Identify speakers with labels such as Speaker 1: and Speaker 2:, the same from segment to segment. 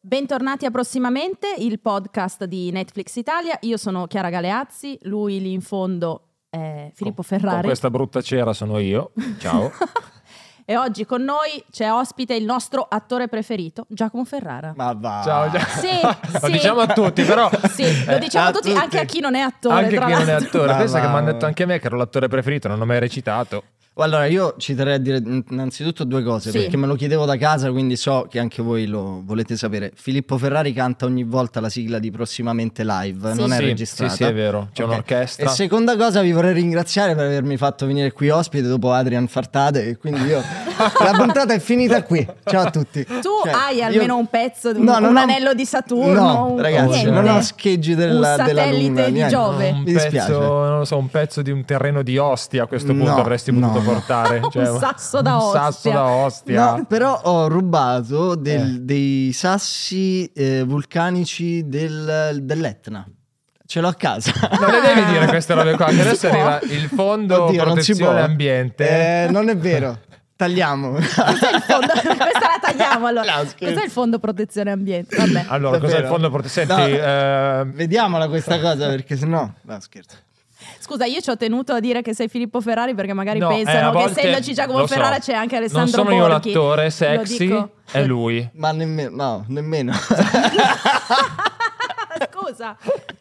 Speaker 1: Bentornati a prossimamente, il podcast di Netflix Italia. Io sono Chiara Galeazzi, lui lì in fondo è Filippo
Speaker 2: Con- Con
Speaker 1: Ferrari.
Speaker 2: questa brutta cera sono io. Ciao.
Speaker 1: E oggi con noi c'è ospite il nostro attore preferito, Giacomo Ferrara.
Speaker 3: Ma va.
Speaker 2: Ciao, Gia-
Speaker 1: Sì,
Speaker 2: Lo
Speaker 1: sì.
Speaker 2: diciamo a tutti, però.
Speaker 1: Sì, lo
Speaker 2: Eh,
Speaker 1: diciamo a
Speaker 3: a
Speaker 1: tutti,
Speaker 3: tutti.
Speaker 1: anche a chi non è attore.
Speaker 2: anche
Speaker 1: tra
Speaker 2: chi non è
Speaker 1: l'altro.
Speaker 2: attore,
Speaker 3: Ma
Speaker 2: pensa che
Speaker 3: va.
Speaker 2: mi hanno detto anche a me che ero l'attore preferito, non ho mai recitato.
Speaker 3: Allora, io ci terrei a dire innanzitutto due cose,
Speaker 1: Sì.
Speaker 3: perché me lo chiedevo da casa, quindi so che anche voi lo volete sapere. Filippo Ferrari canta ogni volta la sigla di prossimamente live,
Speaker 1: Sì.
Speaker 3: non è
Speaker 2: sì,
Speaker 3: registrata.
Speaker 2: Sì, sì, è vero. C'è
Speaker 3: Ok.
Speaker 2: un'orchestra.
Speaker 3: E seconda cosa vi vorrei ringraziare per avermi fatto venire qui ospite dopo Adrian Fartade e quindi io la puntata è finita qui. Ciao a tutti.
Speaker 1: Tu
Speaker 3: Cioè,
Speaker 1: hai
Speaker 3: io-
Speaker 1: almeno un pezzo, di-
Speaker 3: No,
Speaker 1: un,
Speaker 3: non ho-
Speaker 1: anello di Saturno.
Speaker 3: No,
Speaker 1: un-
Speaker 3: ragazzi,
Speaker 1: niente.
Speaker 3: non ho scheggi della,
Speaker 1: Un
Speaker 3: della
Speaker 1: satellite
Speaker 3: luna,
Speaker 1: di
Speaker 3: niente.
Speaker 1: Giove.
Speaker 2: Un
Speaker 3: Mi dispiace.
Speaker 2: pezzo, non lo so, un pezzo di un terreno di Ostia a questo punto
Speaker 3: No,
Speaker 2: avresti potuto
Speaker 3: no, no.
Speaker 2: portare. Cioè,
Speaker 1: Un sasso da
Speaker 2: un sasso
Speaker 1: Ostia.
Speaker 2: da Ostia.
Speaker 3: No, però ho rubato
Speaker 2: Eh.
Speaker 3: del- dei sassi eh, vulcanici del- dell'Etna. Ce l'ho a casa.
Speaker 2: Non le devi dire queste robe qua, che
Speaker 1: Non si
Speaker 2: adesso
Speaker 1: può.
Speaker 2: arriva il fondo
Speaker 3: Oddio, non si
Speaker 2: protezione
Speaker 3: può.
Speaker 2: ambiente.
Speaker 3: Eh, non è vero. Tagliamo.
Speaker 1: Questo è il fondo- Questa la tagliamo allora.
Speaker 3: No, scherzo.
Speaker 1: Questo è il fondo protezione ambiente. Vabbè.
Speaker 2: Allora, cos'è il
Speaker 3: Davvero?
Speaker 2: fondo protezione?
Speaker 3: No.
Speaker 2: Senti, ehm,
Speaker 3: Vediamola questa cosa perché sennò... No, scherzo.
Speaker 1: Scusa, io ci ho tenuto a dire che sei Filippo Ferrari perché magari
Speaker 2: No, eh,
Speaker 1: pensano
Speaker 2: a
Speaker 1: che
Speaker 2: volte-
Speaker 1: essendoci Giacomo
Speaker 2: lo so.
Speaker 1: Ferrara c'è anche Alessandro
Speaker 2: Non sono io
Speaker 1: Borghi.
Speaker 2: l'attore
Speaker 1: Lo
Speaker 2: sexy, eh.
Speaker 1: dico.
Speaker 2: è lui.
Speaker 3: Ma nemmeno... No, nemmeno.
Speaker 1: Scusa,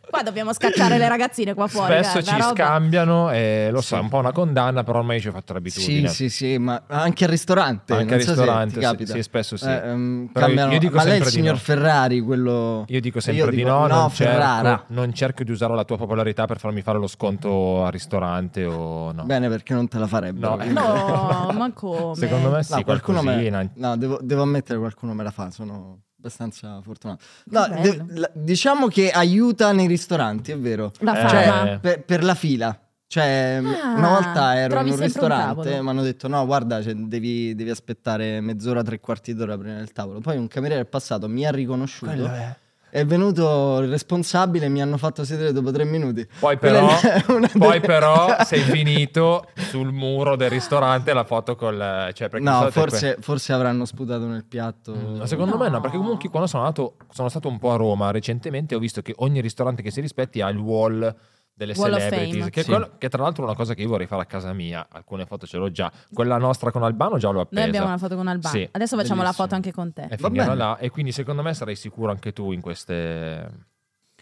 Speaker 1: qua dobbiamo scacciare le ragazzine qua fuori.
Speaker 2: Spesso
Speaker 1: guarda,
Speaker 2: ci
Speaker 1: una roba-
Speaker 2: scambiano e lo so,
Speaker 3: Sì.
Speaker 2: è un po' una condanna, però ormai ci ho fatto
Speaker 3: sì,
Speaker 2: l'abitudine.
Speaker 3: sì, sì, ma anche al ristorante.
Speaker 2: Anche
Speaker 3: non
Speaker 2: al
Speaker 3: so se
Speaker 2: ristorante,
Speaker 3: ti
Speaker 2: sì,
Speaker 3: capita.
Speaker 2: sì, spesso sì.
Speaker 3: Eh, ehm,
Speaker 2: Però io-
Speaker 3: cambiano-
Speaker 2: io dico
Speaker 3: ma lei è il
Speaker 2: sempre di
Speaker 3: signor
Speaker 2: no.
Speaker 3: Ferrari, quello... Eh,
Speaker 2: Io dico sempre
Speaker 3: Io
Speaker 2: di
Speaker 3: dico
Speaker 2: no,
Speaker 3: no,
Speaker 2: non, cerco,
Speaker 3: Ferrara.
Speaker 2: non cerco di usare la tua popolarità per farmi fare lo sconto al ristorante o no.
Speaker 3: Bene, perché non te la farebbe.
Speaker 2: No,
Speaker 3: quindi-
Speaker 1: No, ma come?
Speaker 2: Secondo me sì,
Speaker 3: No, qualcuno
Speaker 2: qualcosina.
Speaker 3: me, no, devo, devo ammettere qualcuno me la fa, sono abbastanza fortunato. No,
Speaker 1: Che
Speaker 3: de-
Speaker 1: bello.
Speaker 3: la- diciamo che aiuta nei ristoranti, è vero. Cioè,
Speaker 1: La
Speaker 2: Eh,
Speaker 1: fama.
Speaker 2: Eh.
Speaker 3: Per, per la fila. Cioè,
Speaker 1: Ah,
Speaker 3: una volta ero
Speaker 1: trovi
Speaker 3: in
Speaker 1: sempre
Speaker 3: un
Speaker 1: un
Speaker 3: ristorante,
Speaker 1: tavolo.
Speaker 3: mi hanno detto no, guarda, cioè, devi, devi aspettare mezz'ora, tre quarti d'ora prima del tavolo. Poi un cameriere è passato, mi ha riconosciuto.
Speaker 2: Quello è.
Speaker 3: È venuto il responsabile e mi hanno fatto sedere dopo tre minuti.
Speaker 2: Poi però,
Speaker 3: Quella è una delle-
Speaker 2: poi però sei finito sul muro del ristorante la foto col... Cioè perché
Speaker 3: No,
Speaker 2: solite-
Speaker 3: forse, forse avranno sputato nel piatto.
Speaker 2: Mm, Secondo
Speaker 1: No.
Speaker 2: me no, perché comunque quando sono, andato, sono stato un po' a Roma recentemente ho visto che ogni ristorante che si rispetti ha il wall delle
Speaker 1: Wall of
Speaker 2: celebrities,
Speaker 1: fame.
Speaker 2: che, è
Speaker 3: Sì.
Speaker 2: quello- che tra l'altro è una cosa che io vorrei fare a casa mia, alcune foto ce l'ho già, quella nostra con Albano già l'ho appesa.
Speaker 1: Noi abbiamo una foto con Albano.
Speaker 2: Sì. Eh,
Speaker 1: Adesso facciamo la
Speaker 3: Bellissimo.
Speaker 1: foto anche con te.
Speaker 2: E
Speaker 3: Va
Speaker 2: finirà
Speaker 3: bene.
Speaker 2: là e quindi secondo me sarai sicuro anche tu in queste...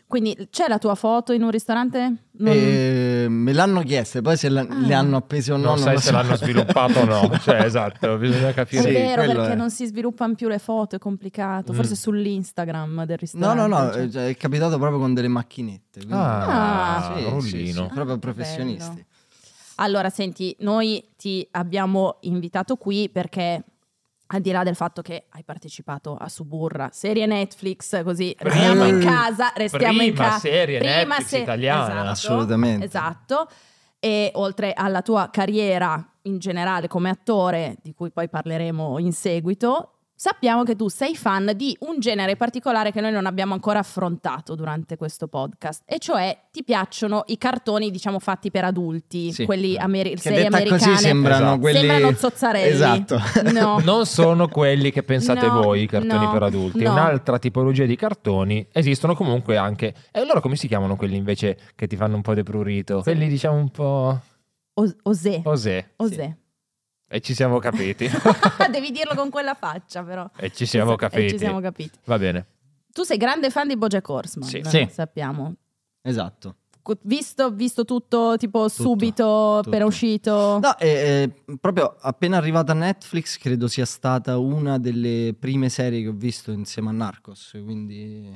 Speaker 1: Quindi c'è la tua foto in un ristorante? Non-
Speaker 3: Eh, me l'hanno chieste, poi se la-
Speaker 1: Ah.
Speaker 3: le hanno appese o no.
Speaker 2: non sai
Speaker 3: lo
Speaker 2: se
Speaker 3: so.
Speaker 2: l'hanno sviluppato o no, cioè esatto, bisogna
Speaker 1: È
Speaker 2: capire.
Speaker 3: Sì,
Speaker 1: vero
Speaker 3: quello
Speaker 1: perché
Speaker 3: è.
Speaker 1: non si sviluppano più le foto, è complicato. Forse
Speaker 2: Mm.
Speaker 1: sull'Instagram del
Speaker 3: No,
Speaker 1: ristorante.
Speaker 3: no, no,
Speaker 1: cioè.
Speaker 3: eh, cioè, è capitato proprio con delle macchinette. quindi-
Speaker 2: Ah,
Speaker 3: Sì, sì,
Speaker 2: rullino.
Speaker 3: sì, proprio
Speaker 1: Ah,
Speaker 3: professionisti.
Speaker 1: bello. Allora, senti, noi ti abbiamo invitato qui perché al di là del fatto che hai partecipato a Suburra, serie Netflix, così restiamo in casa, restiamo in
Speaker 2: Prima
Speaker 1: casa.
Speaker 2: serie Netflix italiana.
Speaker 3: Assolutamente.
Speaker 1: Esatto. E oltre alla tua carriera in generale come attore, di cui poi parleremo in seguito, sappiamo che tu sei fan di un genere particolare che noi non abbiamo ancora affrontato durante questo podcast, e cioè ti piacciono i cartoni, diciamo, fatti per adulti,
Speaker 3: Sì.
Speaker 1: quelli ameri-
Speaker 3: Che
Speaker 1: serie
Speaker 3: detta
Speaker 1: americane.
Speaker 3: così sembrano
Speaker 2: Esatto.
Speaker 3: quelli...
Speaker 1: Sembrano zozzarelli.
Speaker 3: Esatto.
Speaker 1: No.
Speaker 2: Non sono quelli che pensate
Speaker 1: No,
Speaker 2: voi, i cartoni
Speaker 1: no,
Speaker 2: per adulti.
Speaker 1: no.
Speaker 2: Un'altra tipologia di cartoni esistono comunque anche. E allora come si chiamano quelli invece che ti fanno un po' deprurito? Quelli diciamo un po'.
Speaker 1: Os- Osè.
Speaker 2: Osè.
Speaker 1: Osè.
Speaker 2: E ci siamo capiti.
Speaker 1: Devi dirlo con quella faccia, però.
Speaker 2: e ci siamo
Speaker 1: E
Speaker 2: capiti.
Speaker 1: Ci siamo capiti.
Speaker 2: Va bene.
Speaker 1: Tu sei grande fan di Bojack Horseman, eh,
Speaker 2: Sì.
Speaker 3: Sì.
Speaker 1: sappiamo.
Speaker 3: Esatto.
Speaker 1: Co- Visto, visto tutto, tipo subito,
Speaker 3: tutto.
Speaker 1: appena uscito.
Speaker 3: No, e, e, proprio appena arrivata a Netflix credo sia stata una delle prime serie che ho visto insieme a Narcos, quindi,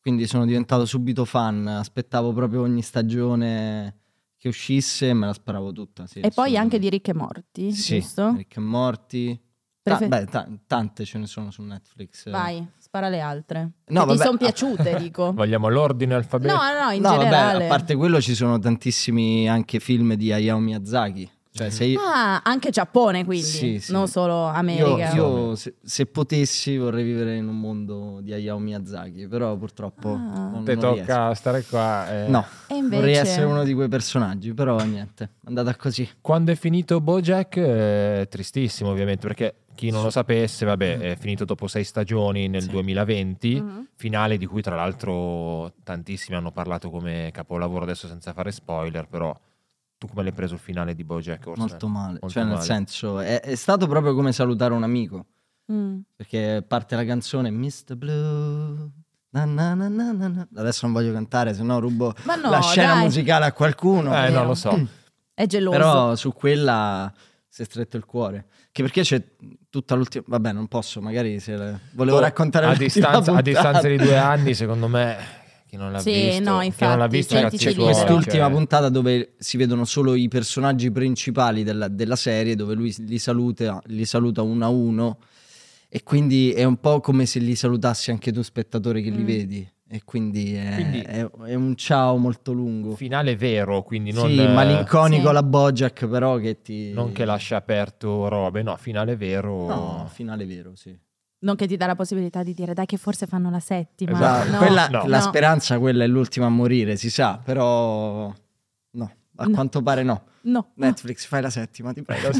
Speaker 3: quindi sono diventato subito fan, aspettavo proprio ogni stagione che uscisse e me la sparavo tutta. sì,
Speaker 1: e poi anche di
Speaker 3: assolutamente.
Speaker 1: Ricche Morti,
Speaker 3: sì,
Speaker 1: giusto?
Speaker 3: Rick e Morty. Ta-
Speaker 1: Prefer-
Speaker 3: beh, ta- tante ce ne sono su Netflix.
Speaker 1: Vai, spara le altre.
Speaker 3: No,
Speaker 1: che ti
Speaker 3: vabbè.
Speaker 1: sono piaciute, dico. no,
Speaker 2: Vogliamo l'ordine alfabetico?
Speaker 1: no, no, in
Speaker 3: no, vabbè,
Speaker 1: generale.
Speaker 3: a parte quello ci sono tantissimi anche film di Hayao Miyazaki. Cioè, se io,
Speaker 1: Ah, anche Giappone quindi,
Speaker 3: Sì, sì.
Speaker 1: non solo
Speaker 3: io,
Speaker 1: America.
Speaker 3: io se, se potessi vorrei vivere in un mondo di Hayao Miyazaki, però purtroppo
Speaker 1: Ah.
Speaker 3: eh, non,
Speaker 2: Te
Speaker 3: non
Speaker 2: tocca stare qua. eh.
Speaker 3: riesco. No,
Speaker 1: E invece...
Speaker 3: vorrei essere uno di quei personaggi, però niente, è andata così.
Speaker 2: Quando è finito Bojack, eh, tristissimo ovviamente, perché chi non lo sapesse, vabbè, è finito dopo sei stagioni nel
Speaker 3: Mm. Sì.
Speaker 2: 2020,
Speaker 1: Mhm.
Speaker 2: finale di cui tra l'altro tantissimi hanno parlato come capolavoro, adesso senza fare spoiler, però tu come l'hai preso il finale di Bojack Horseman?
Speaker 3: Molto male,
Speaker 2: molto
Speaker 3: cioè nel
Speaker 2: male.
Speaker 3: senso è, è stato proprio come salutare un amico,
Speaker 1: Mm.
Speaker 3: perché parte la canzone Mr. Blue. na na na na na na. Adesso non voglio cantare, sennò rubo
Speaker 1: Ma no,
Speaker 3: la scena
Speaker 1: dai,
Speaker 3: musicale a qualcuno.
Speaker 2: Eh,
Speaker 1: Vero.
Speaker 2: non lo so.
Speaker 3: Mm.
Speaker 1: è geloso.
Speaker 3: Però su quella si è stretto il cuore. Che perché c'è tutta l'ultima. Vabbè, non posso, magari se la- volevo
Speaker 2: Oh,
Speaker 3: raccontare
Speaker 2: a
Speaker 3: l'ultima
Speaker 2: distanza, a
Speaker 3: puntata.
Speaker 2: distanza di due anni, secondo me, chi non l'ha
Speaker 1: Sì,
Speaker 2: visto,
Speaker 1: no,
Speaker 2: chi non l'ha
Speaker 1: infatti,
Speaker 2: visto,
Speaker 1: senti
Speaker 2: cazzi
Speaker 3: C'è
Speaker 1: Sì,
Speaker 2: suoi,
Speaker 3: quest'ultima
Speaker 2: cioè.
Speaker 3: puntata dove si vedono solo i personaggi principali della, della serie, dove lui li saluta, li saluta uno a uno. E quindi è un po' come se li salutassi anche tu, spettatore, che li
Speaker 1: Mm.
Speaker 3: vedi. E quindi è,
Speaker 2: Quindi-
Speaker 3: è- è un ciao molto lungo.
Speaker 2: Finale vero, quindi non,
Speaker 3: sì,
Speaker 2: eh,
Speaker 3: malinconico
Speaker 1: Sì.
Speaker 3: la Bojack, però che ti.
Speaker 2: non che lascia aperto robe, no, finale vero.
Speaker 3: No, finale vero, sì.
Speaker 1: Non che ti dà la possibilità di dire dai che forse fanno la settima.
Speaker 2: Esatto.
Speaker 1: No,
Speaker 3: Quella-
Speaker 2: no.
Speaker 3: La
Speaker 1: no.
Speaker 3: speranza, quella è l'ultima a morire, si sa, però no, a
Speaker 1: No.
Speaker 3: quanto pare no.
Speaker 1: No.
Speaker 3: Netflix, fai la settima, ti prego.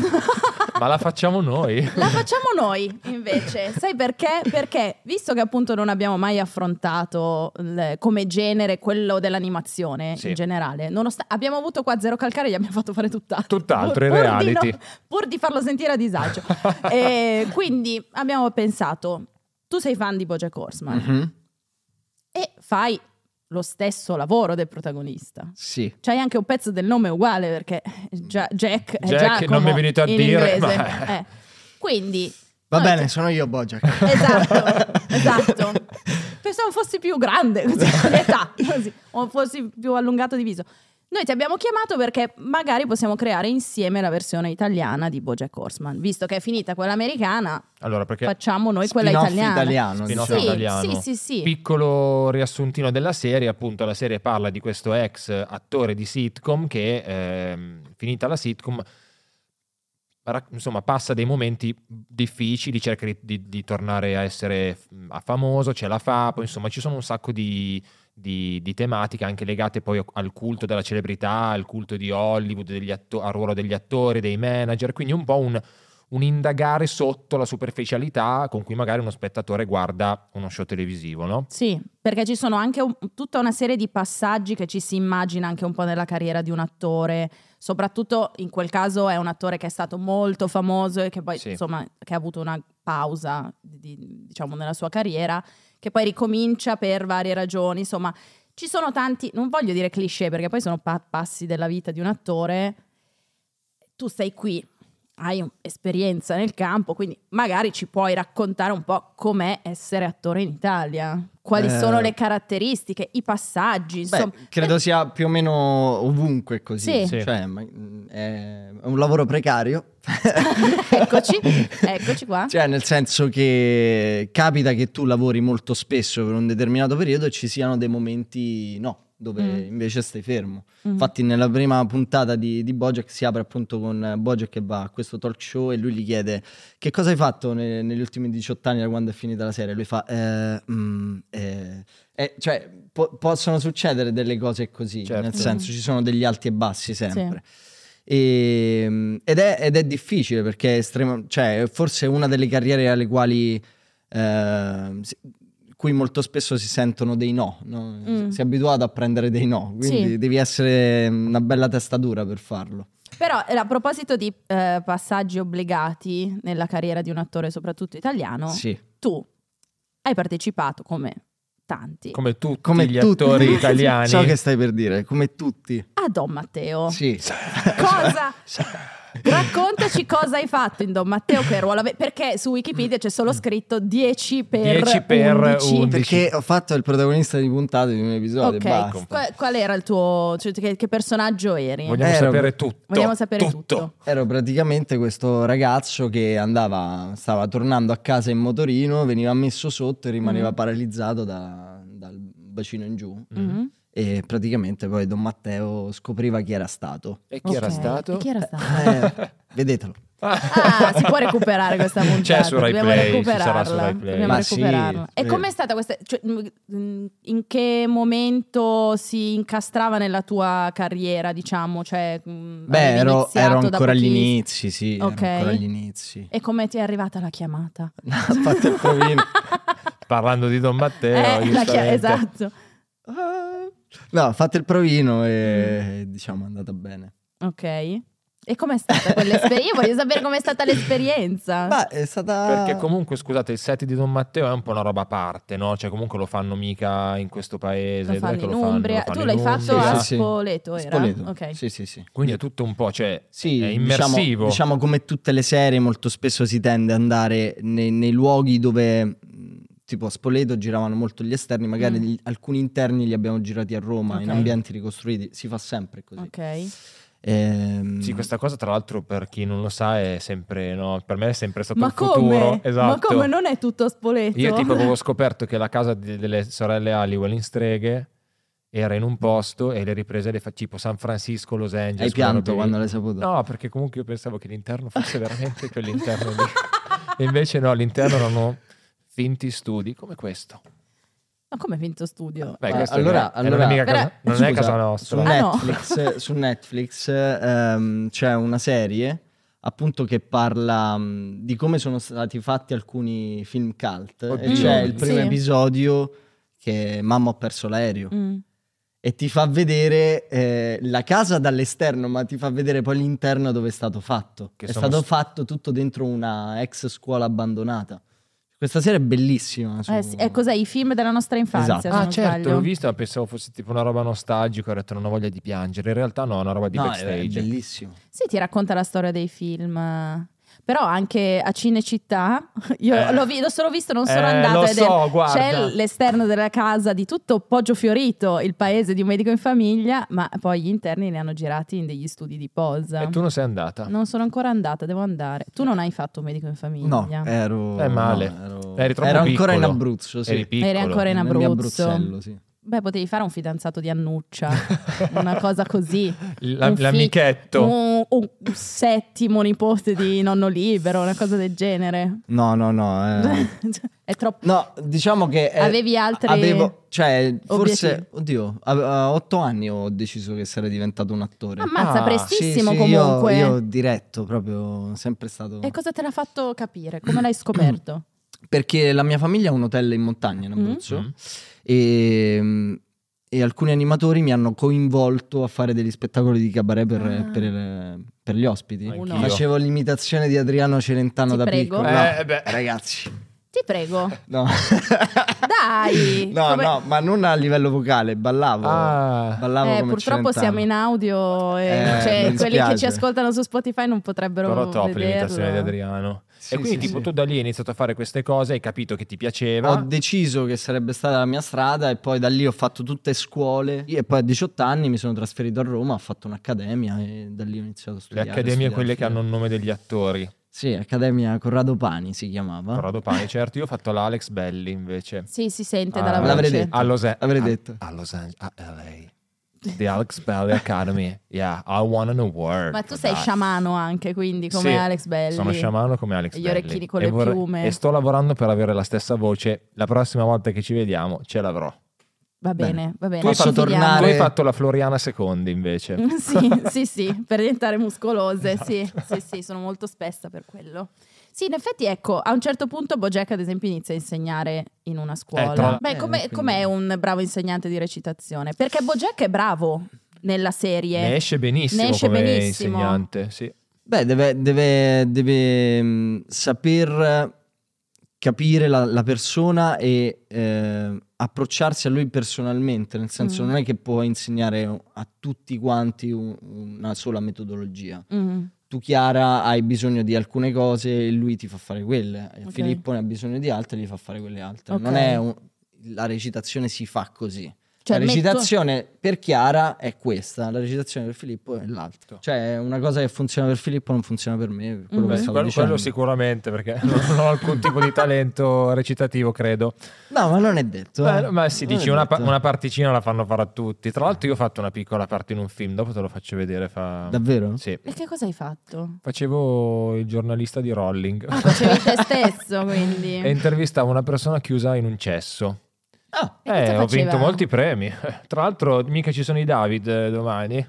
Speaker 2: Ma la facciamo noi?
Speaker 1: La facciamo noi invece, sai perché? Perché visto che appunto non abbiamo mai affrontato il- come genere quello dell'animazione
Speaker 2: Sì.
Speaker 1: in generale, nonost- abbiamo avuto qua Zero Calcare e gli abbiamo fatto fare tutt'altro.
Speaker 2: Tutt'altro, i
Speaker 1: Pur- pur di
Speaker 2: reality.
Speaker 1: no- pur di farlo sentire a disagio. E quindi abbiamo pensato, tu sei fan di Bojack Horseman
Speaker 2: Mm.
Speaker 3: Mhm,
Speaker 1: e fai lo stesso lavoro del protagonista.
Speaker 3: Sì.
Speaker 1: C'hai anche un pezzo del nome uguale perché già- Jack è
Speaker 2: Jack,
Speaker 1: Giacomo
Speaker 2: non mi venite a
Speaker 1: in
Speaker 2: dire,
Speaker 1: inglese.
Speaker 2: ma-
Speaker 1: Eh. Quindi
Speaker 3: Va
Speaker 1: Noi
Speaker 3: bene,
Speaker 1: ti-
Speaker 3: sono io Bojack.
Speaker 1: Esatto, esatto. Pensavo fossi più grande così, di età, così, o fossi più allungato di viso. Noi ti abbiamo chiamato perché magari possiamo creare insieme la versione italiana di Bojack Horseman. Visto che è finita quella americana,
Speaker 2: Allora, perché
Speaker 1: facciamo noi quella
Speaker 3: Spin-off
Speaker 1: italiana.
Speaker 3: italiano.
Speaker 2: Spin-off
Speaker 3: diciamo.
Speaker 1: Sì,
Speaker 2: italiano.
Speaker 1: sì, sì, sì.
Speaker 2: piccolo riassuntino della serie, appunto la serie parla di questo ex attore di sitcom che, ehm, finita la sitcom, ra- insomma, passa dei momenti difficili, cerca di, di- di tornare a essere mh, a famoso, ce la fa, poi insomma ci sono un sacco di, di- di tematiche anche legate poi al culto della celebrità, al culto di Hollywood, degli atto- al ruolo degli attori, dei manager, quindi un po' un, un indagare sotto la superficialità con cui magari uno spettatore guarda uno show televisivo, no?
Speaker 1: Sì, perché ci sono anche un- tutta una serie di passaggi che ci si immagina anche un po' nella carriera di un attore, soprattutto in quel caso è un attore che è stato molto famoso e che poi
Speaker 2: Sì.
Speaker 1: insomma che ha avuto una pausa di- diciamo nella sua carriera, che poi ricomincia per varie ragioni, insomma ci sono tanti, non voglio dire cliché perché poi sono pa- passi della vita di un attore, tu sei qui, hai un- esperienza nel campo, quindi magari ci puoi raccontare un po' com'è essere attore in Italia, quali
Speaker 3: Eh.
Speaker 1: sono le caratteristiche, i passaggi, insomma. eh.
Speaker 3: Beh, credo sia più o meno ovunque così.
Speaker 1: Sì.
Speaker 2: Sì.
Speaker 3: Cioè, ma- mh, è un lavoro precario.
Speaker 1: Eccoci, eccoci qua.
Speaker 3: Cioè, nel senso che capita che tu lavori molto spesso per un determinato periodo e ci siano dei momenti no, dove
Speaker 1: Mm.
Speaker 3: invece stai fermo.
Speaker 1: Mhm.
Speaker 3: Infatti, nella prima puntata di, di Bojack si apre appunto con eh, Bojack che va a questo talk show e lui gli chiede: Che cosa hai fatto ne- negli ultimi 18 anni da quando è finita la serie? Lui fa: "Eh, mm, eh, eh", Cioè, po- possono succedere delle cose così,
Speaker 2: Certo.
Speaker 3: nel
Speaker 2: Mm.
Speaker 3: senso ci sono degli alti e bassi sempre. E- mm, ed, è, ed è difficile perché è estrema- cioè, è forse una delle carriere alle quali eh, si- cui molto spesso si sentono dei no, no?
Speaker 1: Mm.
Speaker 3: si è abituato a prendere dei no, quindi
Speaker 1: Sì.
Speaker 3: devi essere mm, una bella testa dura per farlo.
Speaker 1: Però eh, a proposito di eh, passaggi obbligati nella carriera di un attore, soprattutto italiano,
Speaker 3: Sì.
Speaker 1: tu hai partecipato come tanti
Speaker 2: Come tutti
Speaker 3: Come
Speaker 2: gli
Speaker 3: tutti
Speaker 2: attori italiani.
Speaker 3: So che stai per dire, come tutti.
Speaker 1: a Don Matteo.
Speaker 3: Sì.
Speaker 1: Oh. Cosa? Raccontaci cosa hai fatto in Don Matteo, che ruolo ave- Perché su Wikipedia c'è solo scritto 10 per
Speaker 2: 10 per
Speaker 1: 11.
Speaker 2: un-
Speaker 3: Perché ho fatto il protagonista di puntata di un episodio,
Speaker 1: Ok, Ecco.
Speaker 3: basta.
Speaker 1: Qua- qual, era il tuo... cioè, che, che personaggio eri?
Speaker 2: Vogliamo
Speaker 3: Eh,
Speaker 2: sapere tutto.
Speaker 1: Vogliamo sapere tutto.
Speaker 3: Ero praticamente questo ragazzo che andava, stava tornando a casa in motorino, veniva messo sotto e rimaneva
Speaker 1: Mm.
Speaker 2: Mm.
Speaker 3: paralizzato da- dal bacino in giù.
Speaker 1: Mhm.
Speaker 3: e praticamente poi Don Matteo scopriva chi era stato.
Speaker 2: E chi era
Speaker 1: Ok.
Speaker 2: stato?
Speaker 1: E chi era stato?
Speaker 3: Eh, vedetelo.
Speaker 1: Ah, si può recuperare questa puntata.
Speaker 2: C'è su Rai
Speaker 1: dobbiamo
Speaker 2: Play, ci
Speaker 1: recuperarla.
Speaker 2: sarà su Rai Play.
Speaker 1: Dobbiamo
Speaker 3: Ma sì,
Speaker 1: recuperarla. e
Speaker 3: sì.
Speaker 1: com'è stata questa cioè, mh, in che momento si incastrava nella tua carriera, diciamo, cioè mh,
Speaker 3: Beh,
Speaker 1: avevi
Speaker 3: ero,
Speaker 1: iniziato
Speaker 3: ero
Speaker 1: da
Speaker 3: ancora agli
Speaker 1: pochissimo?
Speaker 3: inizi, sì, ero
Speaker 1: Ok.
Speaker 3: ancora agli inizi.
Speaker 1: E come ti è arrivata la chiamata?
Speaker 3: Ha fatto il provino.
Speaker 2: Parlando di Don Matteo,
Speaker 1: Eh, la chia-
Speaker 2: giustamente.
Speaker 1: esatto.
Speaker 3: Ah. No, ha fatto il provino e diciamo è andata bene.
Speaker 1: Ok. E com'è stata quell'esperienza? Io voglio sapere com'è stata l'esperienza.
Speaker 3: Ma è stata...
Speaker 1: Ah.
Speaker 2: Perché comunque, scusate, il set di Don Matteo è un po' una roba a parte, no? Cioè, comunque lo fanno mica in questo paese.
Speaker 1: lo
Speaker 2: dov'è
Speaker 1: fanno
Speaker 2: che
Speaker 1: in
Speaker 2: fanno? Lo
Speaker 1: Umbria.
Speaker 2: fanno
Speaker 1: Tu
Speaker 2: in
Speaker 1: l'hai
Speaker 2: Umbria.
Speaker 1: fatto a
Speaker 3: Sì, sì.
Speaker 1: Spoleto, era?
Speaker 3: Spoleto.
Speaker 1: Ok.
Speaker 3: Sì, sì, sì.
Speaker 2: Quindi è tutto un po', cioè,
Speaker 3: Sì,
Speaker 2: è
Speaker 3: diciamo-
Speaker 2: immersivo.
Speaker 3: Diciamo, come tutte le serie, molto spesso si tende ad andare nei, nei luoghi dove, mh, tipo a Spoleto, giravano molto gli esterni, magari
Speaker 1: Mm.
Speaker 3: gli- alcuni interni li abbiamo girati a Roma, in
Speaker 1: Ok.
Speaker 3: ambienti ricostruiti, si fa sempre così.
Speaker 1: Ok.
Speaker 3: Ehm,
Speaker 2: Sì, questa cosa, tra l'altro, per chi non lo sa, è sempre, no? Per me è sempre stato
Speaker 1: Ma
Speaker 2: un futuro.
Speaker 1: come? Ma
Speaker 2: Esatto.
Speaker 1: come non è tutto a Spoleto?
Speaker 2: Io tipo avevo scoperto che la casa di- delle sorelle Halliwell in streghe era in un posto e le riprese le fa tipo San Francisco, Los Angeles.
Speaker 3: hai
Speaker 2: quella roba
Speaker 3: pianto
Speaker 2: lì.
Speaker 3: quando l'hai saputo?
Speaker 2: No, perché comunque io pensavo che l'interno fosse veramente quell'interno lì. E invece no, all'interno erano finti studi come questo.
Speaker 1: Ma come finto studio?
Speaker 2: Beh,
Speaker 3: Ah,
Speaker 2: questo
Speaker 3: allora-
Speaker 2: è, e non è
Speaker 3: allora-
Speaker 2: mica
Speaker 1: Però-
Speaker 2: casa, non è
Speaker 3: Scusa,
Speaker 2: casa nostra.
Speaker 3: Su
Speaker 1: Ah, no.
Speaker 3: Netflix, su Netflix, ehm, c'è una serie appunto che parla mh, di come sono stati fatti alcuni film cult e
Speaker 2: Oddio.
Speaker 3: c'è
Speaker 2: Mm,
Speaker 3: il primo
Speaker 1: sì.
Speaker 3: episodio che Mamma ho perso l'aereo
Speaker 1: Mm.
Speaker 3: e ti fa vedere eh, la casa dall'esterno ma ti fa vedere poi l'interno dove è stato fatto.
Speaker 2: Che
Speaker 3: è
Speaker 2: sono
Speaker 3: stato
Speaker 2: s-
Speaker 3: fatto tutto dentro una ex scuola abbandonata. Questa serie è bellissima. su-
Speaker 1: Eh, sì, e cos'è? I film della nostra infanzia,
Speaker 3: Esatto.
Speaker 1: se
Speaker 2: Ah
Speaker 1: non
Speaker 2: certo,
Speaker 1: sbaglio.
Speaker 2: l'ho vista, ma pensavo fosse tipo una roba nostalgica, ho detto non ho voglia di piangere. In realtà no, è una roba di
Speaker 3: No, è- è
Speaker 2: backstage.
Speaker 3: bellissimo.
Speaker 1: Sì, ti racconta la storia dei film. Però anche a Cinecittà, io
Speaker 2: Eh.
Speaker 1: l'ho, vi- l'ho solo visto, non sono
Speaker 2: Eh,
Speaker 1: andata.
Speaker 2: lo
Speaker 1: ed è-
Speaker 2: so, guarda.
Speaker 1: C'è l'esterno della casa di tutto Poggio Fiorito, il paese di un medico in famiglia, ma poi gli interni li hanno girati in degli studi di posa.
Speaker 2: E tu non sei andata.
Speaker 1: Non sono ancora andata, devo andare. Tu non hai fatto un medico in
Speaker 3: No, eh.
Speaker 1: famiglia.
Speaker 3: ero.
Speaker 2: È Eh, male.
Speaker 3: no, ero
Speaker 2: Eri troppo
Speaker 3: ero ancora in
Speaker 2: piccolo.
Speaker 3: Abruzzo, sì.
Speaker 2: Eri piccolo.
Speaker 1: Eri ancora in
Speaker 3: Nel mio
Speaker 1: Abruzzo.
Speaker 3: Abruzzello, sì.
Speaker 1: Beh, potevi fare un fidanzato di Annuccia, una cosa così.
Speaker 2: La-
Speaker 1: Un fi-
Speaker 2: l'amichetto.
Speaker 1: un, un settimo nipote di nonno libero, una cosa del genere.
Speaker 3: No, no, no. eh.
Speaker 1: è troppo.
Speaker 3: No, diciamo che. eh,
Speaker 1: Avevi altri
Speaker 3: Avevo, cioè,
Speaker 1: obiettivi?
Speaker 3: forse. Oddio, a, a otto anni ho deciso che sarei diventato un attore.
Speaker 1: Ammazza,
Speaker 2: Ah,
Speaker 3: Sì,
Speaker 1: prestissimo
Speaker 3: sì, io-
Speaker 1: comunque.
Speaker 3: Io, ho diretto proprio, sempre stato.
Speaker 1: E cosa te l'ha fatto capire? Come l'hai scoperto?
Speaker 3: Perché la mia famiglia ha un hotel in montagna in Abruzzo.
Speaker 2: Mm.
Speaker 3: E. e alcuni animatori mi hanno coinvolto a fare degli spettacoli di cabaret per,
Speaker 1: Ah.
Speaker 3: per- per gli ospiti.
Speaker 1: Uno.
Speaker 2: Anch'io.
Speaker 3: Facevo l'imitazione di Adriano Celentano
Speaker 1: Ti
Speaker 3: da
Speaker 1: prego.
Speaker 3: piccolo.
Speaker 2: Eh,
Speaker 3: No,
Speaker 2: beh.
Speaker 3: Ragazzi,
Speaker 1: Ti prego.
Speaker 3: no.
Speaker 1: Dai!
Speaker 3: No,
Speaker 1: Come-
Speaker 3: no, ma non a livello vocale, ballavo.
Speaker 2: Ah.
Speaker 3: ballavo
Speaker 1: Eh,
Speaker 3: come
Speaker 1: purtroppo
Speaker 3: Celentano.
Speaker 1: siamo in audio e
Speaker 3: Eh,
Speaker 1: cioè,
Speaker 3: mi
Speaker 1: quelli che ci
Speaker 3: dispiace.
Speaker 1: ascoltano su Spotify non potrebbero
Speaker 2: Però top
Speaker 1: vederlo.
Speaker 2: l'imitazione di Adriano.
Speaker 3: Sì,
Speaker 2: e quindi,
Speaker 3: sì,
Speaker 2: tipo,
Speaker 3: sì.
Speaker 2: tu da lì hai iniziato a fare queste cose, hai capito che ti piaceva.
Speaker 3: Ho deciso che sarebbe stata la mia strada e poi da lì ho fatto tutte scuole e poi a 18 anni mi sono trasferito a Roma, ho fatto un'accademia e da lì ho iniziato a
Speaker 2: Le
Speaker 3: studiare.
Speaker 2: accademie,
Speaker 3: studiare,
Speaker 2: quelle che hanno
Speaker 3: studiare.
Speaker 2: il nome degli attori.
Speaker 3: Sì, Accademia Corrado Pani si
Speaker 1: Ah.
Speaker 3: chiamava.
Speaker 2: Corrado Pani, certo, io ho fatto l'Alex Belli invece.
Speaker 1: Sì, si sente
Speaker 2: Ah,
Speaker 1: dalla
Speaker 3: me l'avrei
Speaker 1: voce.
Speaker 3: detto.
Speaker 2: A Los An-
Speaker 3: Avrei
Speaker 2: a-
Speaker 3: detto.
Speaker 2: A Los Angeles, a LA. The Alex Belli Academy. Yeah, I want an award.
Speaker 1: Ma tu
Speaker 2: for
Speaker 1: sei
Speaker 2: that.
Speaker 1: sciamano anche, quindi, come
Speaker 2: Sì,
Speaker 1: Alex Belli.
Speaker 2: Sono sciamano come Alex
Speaker 1: E gli
Speaker 2: Belli.
Speaker 1: orecchini con
Speaker 2: E
Speaker 1: le
Speaker 2: vorrei-
Speaker 1: piume.
Speaker 2: E sto lavorando per avere la stessa voce. La prossima volta che ci vediamo ce l'avrò.
Speaker 1: Va bene,
Speaker 3: Bene.
Speaker 1: va bene.
Speaker 3: Posso
Speaker 1: ci fidiamo.
Speaker 2: Tu
Speaker 3: tornare?
Speaker 2: hai fatto la Floriana Secondi invece.
Speaker 1: Mm, sì, sì, sì, per diventare muscolose, sì,
Speaker 2: Esatto.
Speaker 1: sì, sì, sono molto spessa per quello. Sì, in effetti, ecco, a un certo punto Bojack, ad esempio, inizia a insegnare in una
Speaker 2: Eh, tra-
Speaker 1: scuola. Beh,
Speaker 3: Eh,
Speaker 1: com'è,
Speaker 3: quindi-
Speaker 1: com'è un bravo insegnante di recitazione? Perché Bojack è bravo nella serie.
Speaker 2: Ne esce benissimo
Speaker 1: Ne esce
Speaker 2: come
Speaker 1: benissimo.
Speaker 2: insegnante. Sì.
Speaker 3: Beh, deve, deve- deve, mh, saper capire la, la persona e eh, approcciarsi a lui personalmente, nel senso
Speaker 1: Mm.
Speaker 3: non è che può insegnare a tutti quanti un- una sola metodologia.
Speaker 1: Mm.
Speaker 3: Tu Chiara hai bisogno di alcune cose e lui ti fa fare quelle, e
Speaker 1: Ok.
Speaker 3: Filippo ne ha bisogno di altre e gli fa fare quelle altre.
Speaker 1: Ok.
Speaker 3: Non è un- la recitazione si fa così.
Speaker 1: Cioè,
Speaker 3: la
Speaker 1: metto-
Speaker 3: recitazione per Chiara è questa, la recitazione per Filippo è l'altro. Cioè, è una cosa che funziona per Filippo non funziona per me. per Quello
Speaker 1: Mhm.
Speaker 3: che
Speaker 2: Beh,
Speaker 3: stavo
Speaker 2: quello,
Speaker 3: dicendo.
Speaker 2: quello sicuramente perché non ho alcun tipo di talento recitativo, credo.
Speaker 3: No, ma non è detto.
Speaker 2: Beh,
Speaker 3: eh.
Speaker 2: ma si
Speaker 3: Non è
Speaker 2: dice una, pa-
Speaker 3: detto.
Speaker 2: una particina la fanno fare a tutti. Tra l'altro, io ho fatto una piccola parte in un film, dopo te lo faccio vedere. Fa...
Speaker 3: Davvero?
Speaker 2: Sì.
Speaker 1: E che cosa hai fatto?
Speaker 2: Facevo il giornalista di Rolling
Speaker 1: Ah, facevi te stesso, quindi.
Speaker 2: e intervistavo una persona chiusa in un cesso.
Speaker 3: Ah,
Speaker 1: E cosa
Speaker 2: Eh, ho
Speaker 1: faceva?
Speaker 2: vinto molti premi. Tra l'altro, mica ci sono i David eh, domani.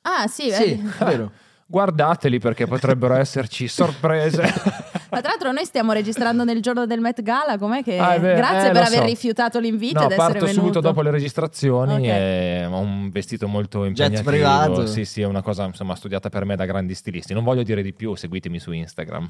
Speaker 1: Ah, sì,
Speaker 3: sì,
Speaker 1: vedi.
Speaker 3: è vero.
Speaker 2: Guardateli perché potrebbero esserci sorprese.
Speaker 1: Ma tra l'altro noi stiamo registrando nel giorno del Met Gala, com'è che...
Speaker 2: Ah, è vero.
Speaker 1: Grazie
Speaker 2: Eh,
Speaker 1: per
Speaker 2: lo
Speaker 1: aver
Speaker 2: so.
Speaker 1: rifiutato l'invito
Speaker 2: no,
Speaker 1: ed essere
Speaker 2: parto
Speaker 1: venuto.
Speaker 2: subito dopo le registrazioni.
Speaker 1: Ok.
Speaker 2: e ho un vestito molto impegnativo.
Speaker 3: privato.
Speaker 2: Sì, sì, è una cosa insomma studiata per me da grandi stilisti. Non voglio dire di più, seguitemi su Instagram.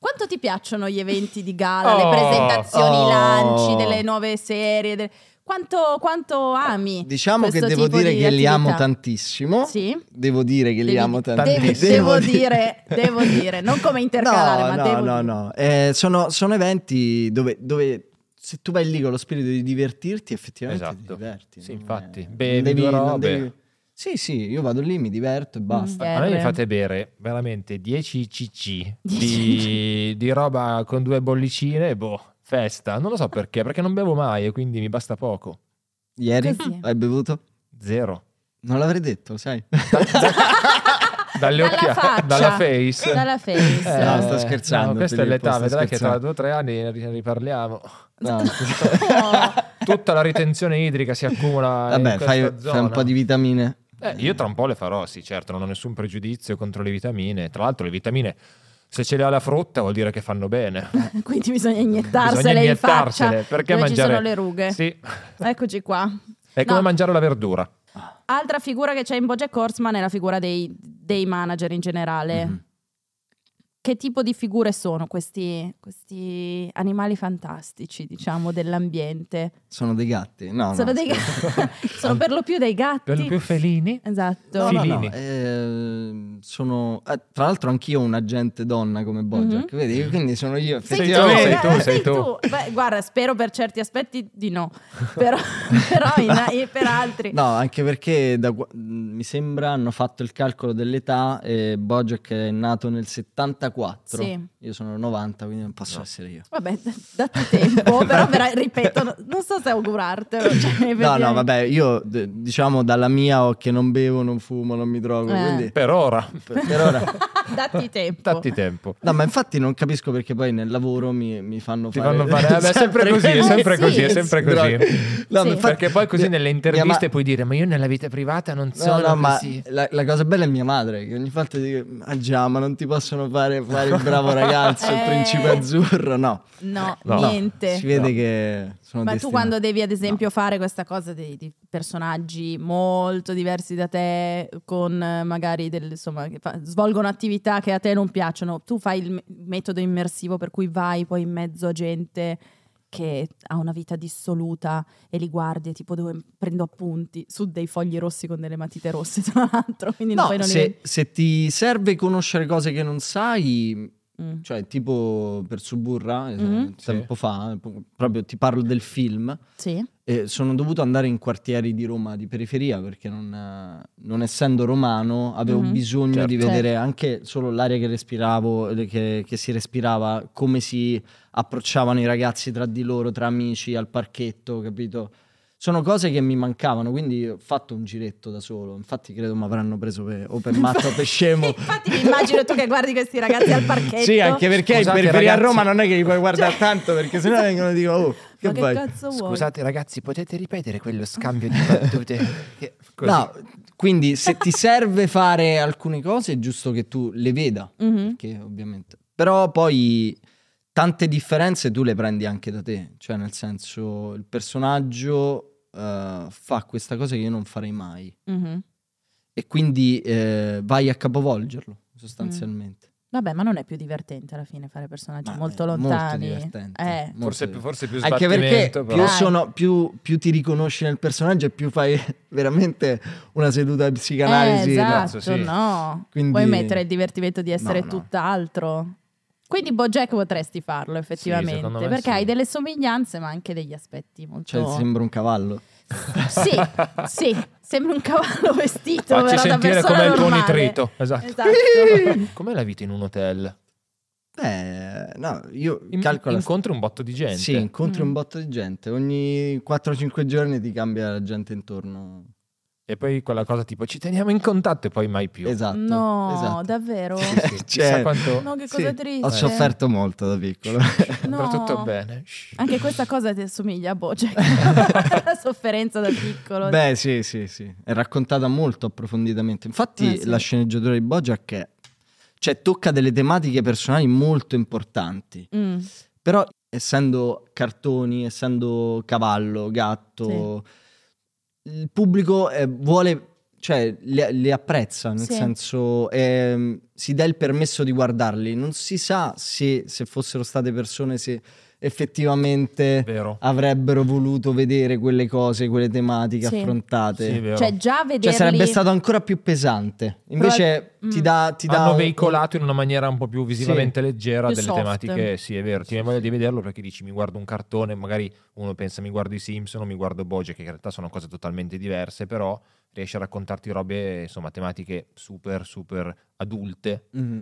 Speaker 1: Quanto ti piacciono gli eventi di gala,
Speaker 2: Oh,
Speaker 1: le presentazioni, i
Speaker 3: oh.
Speaker 1: lanci delle nuove serie? de- Quanto, quanto ami?
Speaker 3: Diciamo che
Speaker 1: questo
Speaker 3: devo
Speaker 1: tipo
Speaker 3: dire
Speaker 1: di
Speaker 3: che li
Speaker 1: attività?
Speaker 3: amo tantissimo.
Speaker 1: Sì?
Speaker 3: Devo dire che li
Speaker 1: Devi-
Speaker 3: amo
Speaker 1: devi-
Speaker 3: tantissimo.
Speaker 1: devo dire- devo dire, non come intercalare,
Speaker 3: no,
Speaker 1: ma
Speaker 3: no,
Speaker 1: devo dire.
Speaker 3: No, no, Eh, sono, sono eventi dove, dove se tu vai lì con lo spirito di divertirti, effettivamente
Speaker 2: Esatto.
Speaker 3: ti diverti.
Speaker 2: Sì,
Speaker 3: non è-
Speaker 2: infatti.
Speaker 3: non
Speaker 2: Bevi
Speaker 3: devi-
Speaker 2: due
Speaker 3: non
Speaker 2: robe.
Speaker 3: devi- Sì, sì, io vado lì, mi
Speaker 1: Mm.
Speaker 3: diverto e basta.
Speaker 2: A me
Speaker 1: Erre.
Speaker 2: mi fate bere veramente 10 cc
Speaker 1: 10
Speaker 2: di, di roba con due bollicine e boh, festa. Non lo so perché, perché non bevo mai e quindi mi basta poco.
Speaker 3: Ieri
Speaker 1: Così.
Speaker 3: hai bevuto?
Speaker 2: Zero.
Speaker 3: Non l'avrei detto, sai.
Speaker 2: Dalle
Speaker 1: Dalla faccia.
Speaker 2: occhiaie, dalla face.
Speaker 1: Dalla face.
Speaker 2: Eh,
Speaker 3: No, sto scherzando,
Speaker 2: no, questa è
Speaker 3: Filippo,
Speaker 2: l'età,
Speaker 3: sto
Speaker 2: vedrai che tra
Speaker 3: scherzando.
Speaker 2: due o tre anni ne ri- ne riparliamo.
Speaker 3: No.
Speaker 1: Oh,
Speaker 2: Tutta la ritenzione idrica si accumula. in
Speaker 3: Vabbè,
Speaker 2: questa
Speaker 3: fai,
Speaker 2: zona.
Speaker 3: fai un po' di vitamine.
Speaker 2: Eh, io tra un po' le farò, sì, certo, non ho nessun pregiudizio contro le vitamine. Tra l'altro, le vitamine, se ce le ha la frutta, vuol dire che fanno bene.
Speaker 1: quindi bisogna iniettarsele,
Speaker 2: Bisogna
Speaker 1: in faccia.
Speaker 2: iniettarsele, perché
Speaker 1: dove ci
Speaker 2: mangiare-
Speaker 1: sono le rughe.
Speaker 2: Sì,
Speaker 1: Eccoci qua.
Speaker 2: è come
Speaker 1: No.
Speaker 2: mangiare la verdura.
Speaker 1: Altra figura che c'è in Bojack Horseman è la figura dei, dei manager in generale.
Speaker 3: Mhm.
Speaker 1: Che tipo di figure sono questi, questi animali fantastici, diciamo, dell'ambiente?
Speaker 3: Sono dei gatti. No,
Speaker 1: sono,
Speaker 3: no,
Speaker 1: dei
Speaker 3: scherzo.
Speaker 1: gatti- sono per lo più dei gatti.
Speaker 2: Per lo più felini.
Speaker 1: Esatto.
Speaker 3: No, no, no,
Speaker 2: Filini.
Speaker 3: ehm, sono eh, tra l'altro anch'io un agente donna come Bojack,
Speaker 1: Mm-hmm.
Speaker 3: vedi? Quindi sono io
Speaker 1: Sei
Speaker 2: Sei
Speaker 1: tu,
Speaker 2: tu,
Speaker 1: sei
Speaker 2: sei
Speaker 1: Eh,
Speaker 2: tu,
Speaker 1: tu,
Speaker 2: sei tu.
Speaker 1: Beh, guarda, spero per certi aspetti di no, però, però in- per altri.
Speaker 3: No, anche perché da qua- mh, mi sembra hanno fatto il calcolo dell'età e Bojack è nato nel 74.
Speaker 1: Sì.
Speaker 3: Io sono 90, quindi non posso
Speaker 2: No.
Speaker 3: essere io.
Speaker 1: Vabbè, d- datti tempo, però vera- ripeto, no- non so se augurartelo. cioè,
Speaker 3: No, no,
Speaker 1: effettivamente.
Speaker 3: vabbè, io d- diciamo dalla mia ho che non bevo, non fumo, non mi drogo,
Speaker 1: Eh.
Speaker 3: quindi
Speaker 2: Per ora,
Speaker 3: per, per ora...
Speaker 1: Datti tempo.
Speaker 2: datti tempo.
Speaker 3: No, ma infatti non capisco perché poi nel lavoro mi, mi fanno
Speaker 2: Ti
Speaker 3: fare... esatto.
Speaker 2: fanno fare- eh, beh, è sempre così, è
Speaker 1: Eh,
Speaker 2: sempre
Speaker 1: sì.
Speaker 2: così, è sempre così.
Speaker 3: Droga. No, ma
Speaker 1: Sì.
Speaker 3: infatti- eh,
Speaker 2: Perché poi così nelle
Speaker 3: mia
Speaker 2: interviste
Speaker 3: ma-
Speaker 2: puoi dire ma io nella vita privata non
Speaker 3: No,
Speaker 2: sono
Speaker 3: no, ma
Speaker 2: così.
Speaker 3: la, la cosa bella è mia madre, che ogni volta dice, ah già, ma non ti possono fare, fare il bravo ragazzo, il
Speaker 1: Eh.
Speaker 3: principe azzurro, no.
Speaker 1: No,
Speaker 2: No.
Speaker 1: niente.
Speaker 3: Si vede
Speaker 2: No.
Speaker 3: che sono
Speaker 1: Ma tu
Speaker 3: destinati.
Speaker 1: quando devi ad esempio fare questa cosa dei- di, personaggi molto diversi da te, con eh, magari del, insomma, che fa- svolgono attività che a te non piacciono, tu fai il me- metodo immersivo per cui vai poi in mezzo a gente che ha una vita dissoluta e li guardi e tipo dove prendo appunti su dei fogli rossi con delle matite rosse tra l'altro quindi
Speaker 3: No,
Speaker 1: poi non li
Speaker 3: se,
Speaker 1: vedi.
Speaker 3: se ti serve conoscere cose che non sai,
Speaker 1: Mm.
Speaker 3: cioè tipo per Suburra, eh,
Speaker 1: Mhm.
Speaker 3: tempo fa, eh, po- proprio ti parlo del film,
Speaker 1: Sì.
Speaker 3: eh, sono dovuto andare in quartieri di Roma di periferia perché non, eh, non essendo romano avevo
Speaker 1: Mhm.
Speaker 3: bisogno di
Speaker 1: Certo.
Speaker 3: vedere anche solo l'aria che respiravo, eh, che, che si respirava, come si approcciavano i ragazzi tra di loro, tra amici, al parchetto, capito? Sono cose che mi mancavano, quindi ho fatto un giretto da solo. Infatti credo mi avranno preso per, o per matto o per scemo.
Speaker 1: Infatti mi immagino tu che guardi questi ragazzi al parchetto.
Speaker 3: Sì, anche perché in
Speaker 2: Scusate,
Speaker 3: periferia a
Speaker 2: ragazzi.
Speaker 3: Roma non è che li puoi guardare
Speaker 1: Cioè-
Speaker 3: tanto, perché sennò vengono e dico, oh, che
Speaker 1: Ma che
Speaker 3: fai?
Speaker 1: cazzo vuoi?
Speaker 2: Scusate ragazzi, potete ripetere quello scambio di battute? Che- così.
Speaker 3: No, quindi se ti serve fare alcune cose è giusto che tu le veda,
Speaker 2: Mm.
Speaker 1: Mhm.
Speaker 3: perché ovviamente. Però poi tante differenze tu le prendi anche da te, cioè nel senso il personaggio eh, fa questa cosa che io non farei mai
Speaker 1: Mhm.
Speaker 3: e quindi eh, vai a capovolgerlo sostanzialmente.
Speaker 2: Mm.
Speaker 1: Vabbè, ma non è più divertente alla fine fare personaggi
Speaker 3: Ma
Speaker 1: molto
Speaker 3: è molto
Speaker 1: lontani.
Speaker 3: divertente.
Speaker 1: Eh.
Speaker 3: Molto
Speaker 2: Forse,
Speaker 3: divertente.
Speaker 2: forse più
Speaker 3: Anche perché
Speaker 2: sbattimento,
Speaker 3: più,
Speaker 2: però.
Speaker 1: Dai.
Speaker 3: sono- più- più ti riconosci nel personaggio e più fai veramente una seduta di psicanalisi.
Speaker 1: Eh,
Speaker 3: no?
Speaker 1: esatto,
Speaker 2: cazzo, sì.
Speaker 1: no.
Speaker 3: Quindi-
Speaker 1: Puoi mettere il divertimento di essere
Speaker 3: No, no.
Speaker 1: tutt'altro. Quindi Bojack potresti farlo effettivamente,
Speaker 2: secondo me
Speaker 1: perché
Speaker 2: sì.
Speaker 1: hai delle somiglianze ma anche degli aspetti molto...
Speaker 3: Cioè, sembra un cavallo.
Speaker 2: Ah.
Speaker 1: Sì, sì, sembra un cavallo vestito.
Speaker 2: Facci
Speaker 1: però da
Speaker 2: sentire
Speaker 1: persona
Speaker 2: com'è il tuo
Speaker 1: normale.
Speaker 2: nitrito. Esatto.
Speaker 1: Esatto.
Speaker 2: Com'è la vita in un hotel?
Speaker 3: Beh, no, io
Speaker 2: In-
Speaker 3: calcolo...
Speaker 2: incontri un botto di gente.
Speaker 3: Sì, incontri
Speaker 1: Mm.
Speaker 3: un botto di gente. Ogni 4-5 giorni ti cambia la gente intorno.
Speaker 2: E poi quella cosa tipo ci teniamo in contatto e poi mai più.
Speaker 3: Esatto.
Speaker 1: No,
Speaker 3: esatto.
Speaker 1: davvero?
Speaker 2: Sì, sì. Chissà
Speaker 3: Cioè-
Speaker 2: quanto
Speaker 1: No, che
Speaker 3: Sì,
Speaker 1: cosa triste.
Speaker 3: Ho sofferto molto da piccolo.
Speaker 2: andrà
Speaker 1: No.
Speaker 2: tutto bene. Shh.
Speaker 1: Anche questa cosa ti assomiglia a Bojack. La sofferenza da piccolo.
Speaker 3: Beh, sì, sì, sì. È raccontata molto approfonditamente. Infatti,
Speaker 1: Eh, sì.
Speaker 3: la sceneggiatura di Bojack è... Cioè, tocca delle tematiche personali molto importanti.
Speaker 1: Mm.
Speaker 3: Però, essendo cartoni, essendo cavallo, gatto, il pubblico eh, vuole... Cioè, li, li apprezza, nel
Speaker 1: Sì.
Speaker 3: senso, ehm, si dà il permesso di guardarli. Non si sa se, se fossero state persone, se effettivamente
Speaker 2: Vero.
Speaker 3: avrebbero voluto vedere quelle cose, quelle tematiche
Speaker 1: Sì.
Speaker 3: affrontate.
Speaker 2: Ah, Sì, vero.
Speaker 1: Cioè, già
Speaker 3: Cioè
Speaker 1: vederli...
Speaker 3: sarebbe stato ancora più pesante. Invece
Speaker 1: Probab-
Speaker 3: ti
Speaker 1: mm.
Speaker 3: dà... Ti dà
Speaker 2: Hanno
Speaker 3: un-
Speaker 2: veicolato in una maniera un po' più visivamente leggera
Speaker 1: Più
Speaker 2: delle
Speaker 1: soft.
Speaker 2: tematiche. Sì, è vero. Ti
Speaker 3: Sì,
Speaker 2: viene voglia
Speaker 3: sì.
Speaker 2: di vederlo perché dici mi guardo un cartone, magari uno pensa mi guardo i Simpson o mi guardo Bojack, che in realtà sono cose totalmente diverse, però riesce a raccontarti robe, insomma, tematiche super, super adulte,
Speaker 3: Mm.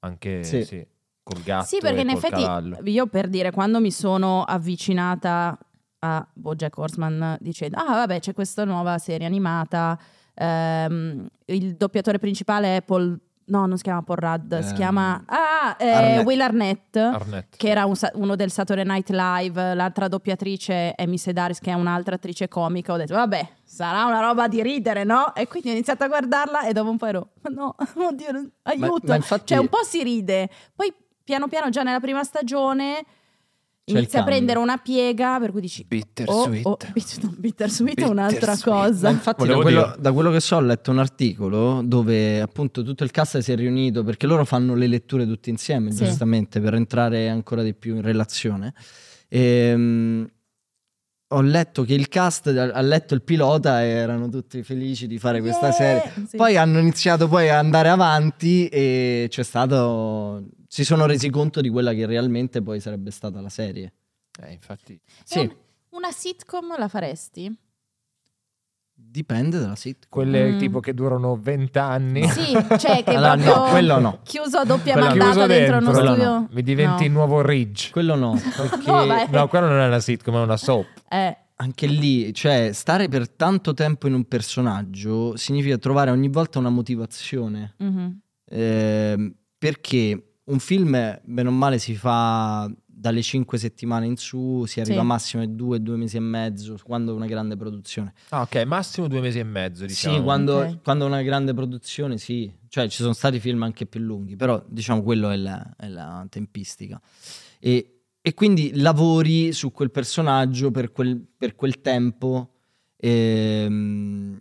Speaker 2: anche
Speaker 3: Sì.
Speaker 2: sì, col gatto
Speaker 1: Sì, perché
Speaker 2: e
Speaker 1: in
Speaker 2: col
Speaker 1: effetti
Speaker 2: cavallo.
Speaker 1: io per dire quando mi sono avvicinata a Bojack Horseman dicendo "Ah, vabbè, c'è questa nuova serie animata, ehm, il doppiatore principale è Paul No, non si chiama Paul Rudd, si
Speaker 2: Eh.
Speaker 3: Ehm,
Speaker 1: chiama ah, eh,
Speaker 3: Arnett.
Speaker 1: Will Arnett,
Speaker 2: Arnett.
Speaker 1: che era un sa- uno del Saturday Night Live, l'altra doppiatrice è Miss Sedaris, che è un'altra attrice comica. Ho detto, vabbè, sarà una roba di ridere, no? E quindi ho iniziato a guardarla e dopo un po' ero, "Ma no, oddio, non-
Speaker 3: Ma-
Speaker 1: aiuto.
Speaker 3: ma infatti-
Speaker 1: Cioè, un po' si ride, poi piano piano già nella prima stagione
Speaker 3: il
Speaker 1: inizia a
Speaker 3: cambio.
Speaker 1: prendere una piega per cui dici
Speaker 2: Bittersweet.
Speaker 1: Oh, oh, bit- no, bittersweet è un'altra
Speaker 2: Bittersweet.
Speaker 1: cosa.
Speaker 3: Ma infatti, da
Speaker 2: Volevo
Speaker 3: quello,
Speaker 2: dire.
Speaker 3: da quello che so, ho letto un articolo dove appunto tutto il cast si è riunito perché loro fanno le letture tutti insieme,
Speaker 1: Sì.
Speaker 3: giustamente, per entrare ancora di più in relazione. Ehm, ho letto che il cast ha ha letto il pilota e erano tutti felici di fare questa
Speaker 1: Yeah!
Speaker 3: serie.
Speaker 1: Sì.
Speaker 3: Poi hanno iniziato poi a andare avanti e c'è stato. Si sono resi conto di quella che realmente poi sarebbe stata la serie.
Speaker 2: Eh, infatti.
Speaker 1: È un-
Speaker 3: Sì,
Speaker 1: una sitcom la faresti?
Speaker 3: dipende dalla sitcom.
Speaker 2: Quelle
Speaker 1: Mm.
Speaker 2: tipo che durano 20 anni.
Speaker 1: Sì, cioè che
Speaker 3: Allora,
Speaker 1: proprio
Speaker 3: no, quello no.
Speaker 1: chiuso a doppia
Speaker 2: Quello no.
Speaker 1: mandata
Speaker 2: Chiuso
Speaker 1: dentro, uno
Speaker 2: dentro.
Speaker 1: studio.
Speaker 3: Quello no.
Speaker 2: Mi diventi il
Speaker 1: No.
Speaker 2: nuovo Ridge.
Speaker 3: Quello no, perché
Speaker 1: No, vai.
Speaker 2: No, quello non è una sitcom, è una soap.
Speaker 1: Eh,
Speaker 3: anche lì, cioè, stare per tanto tempo in un personaggio significa trovare ogni volta una motivazione.
Speaker 1: mhm.
Speaker 3: Ehm, perché un film, bene o male, si fa dalle 5 settimane in su, si arriva
Speaker 1: Sì.
Speaker 3: massimo ai 2, 2 mesi e mezzo, quando è una grande produzione.
Speaker 2: Ah, ok, massimo due mesi e mezzo, diciamo.
Speaker 3: Sì, quando,
Speaker 1: Ok.
Speaker 3: quando è una grande produzione, sì. Cioè, ci sono stati film anche più lunghi, però diciamo quello è la, è la tempistica. E, e quindi lavori su quel personaggio per quel, per quel tempo ehm,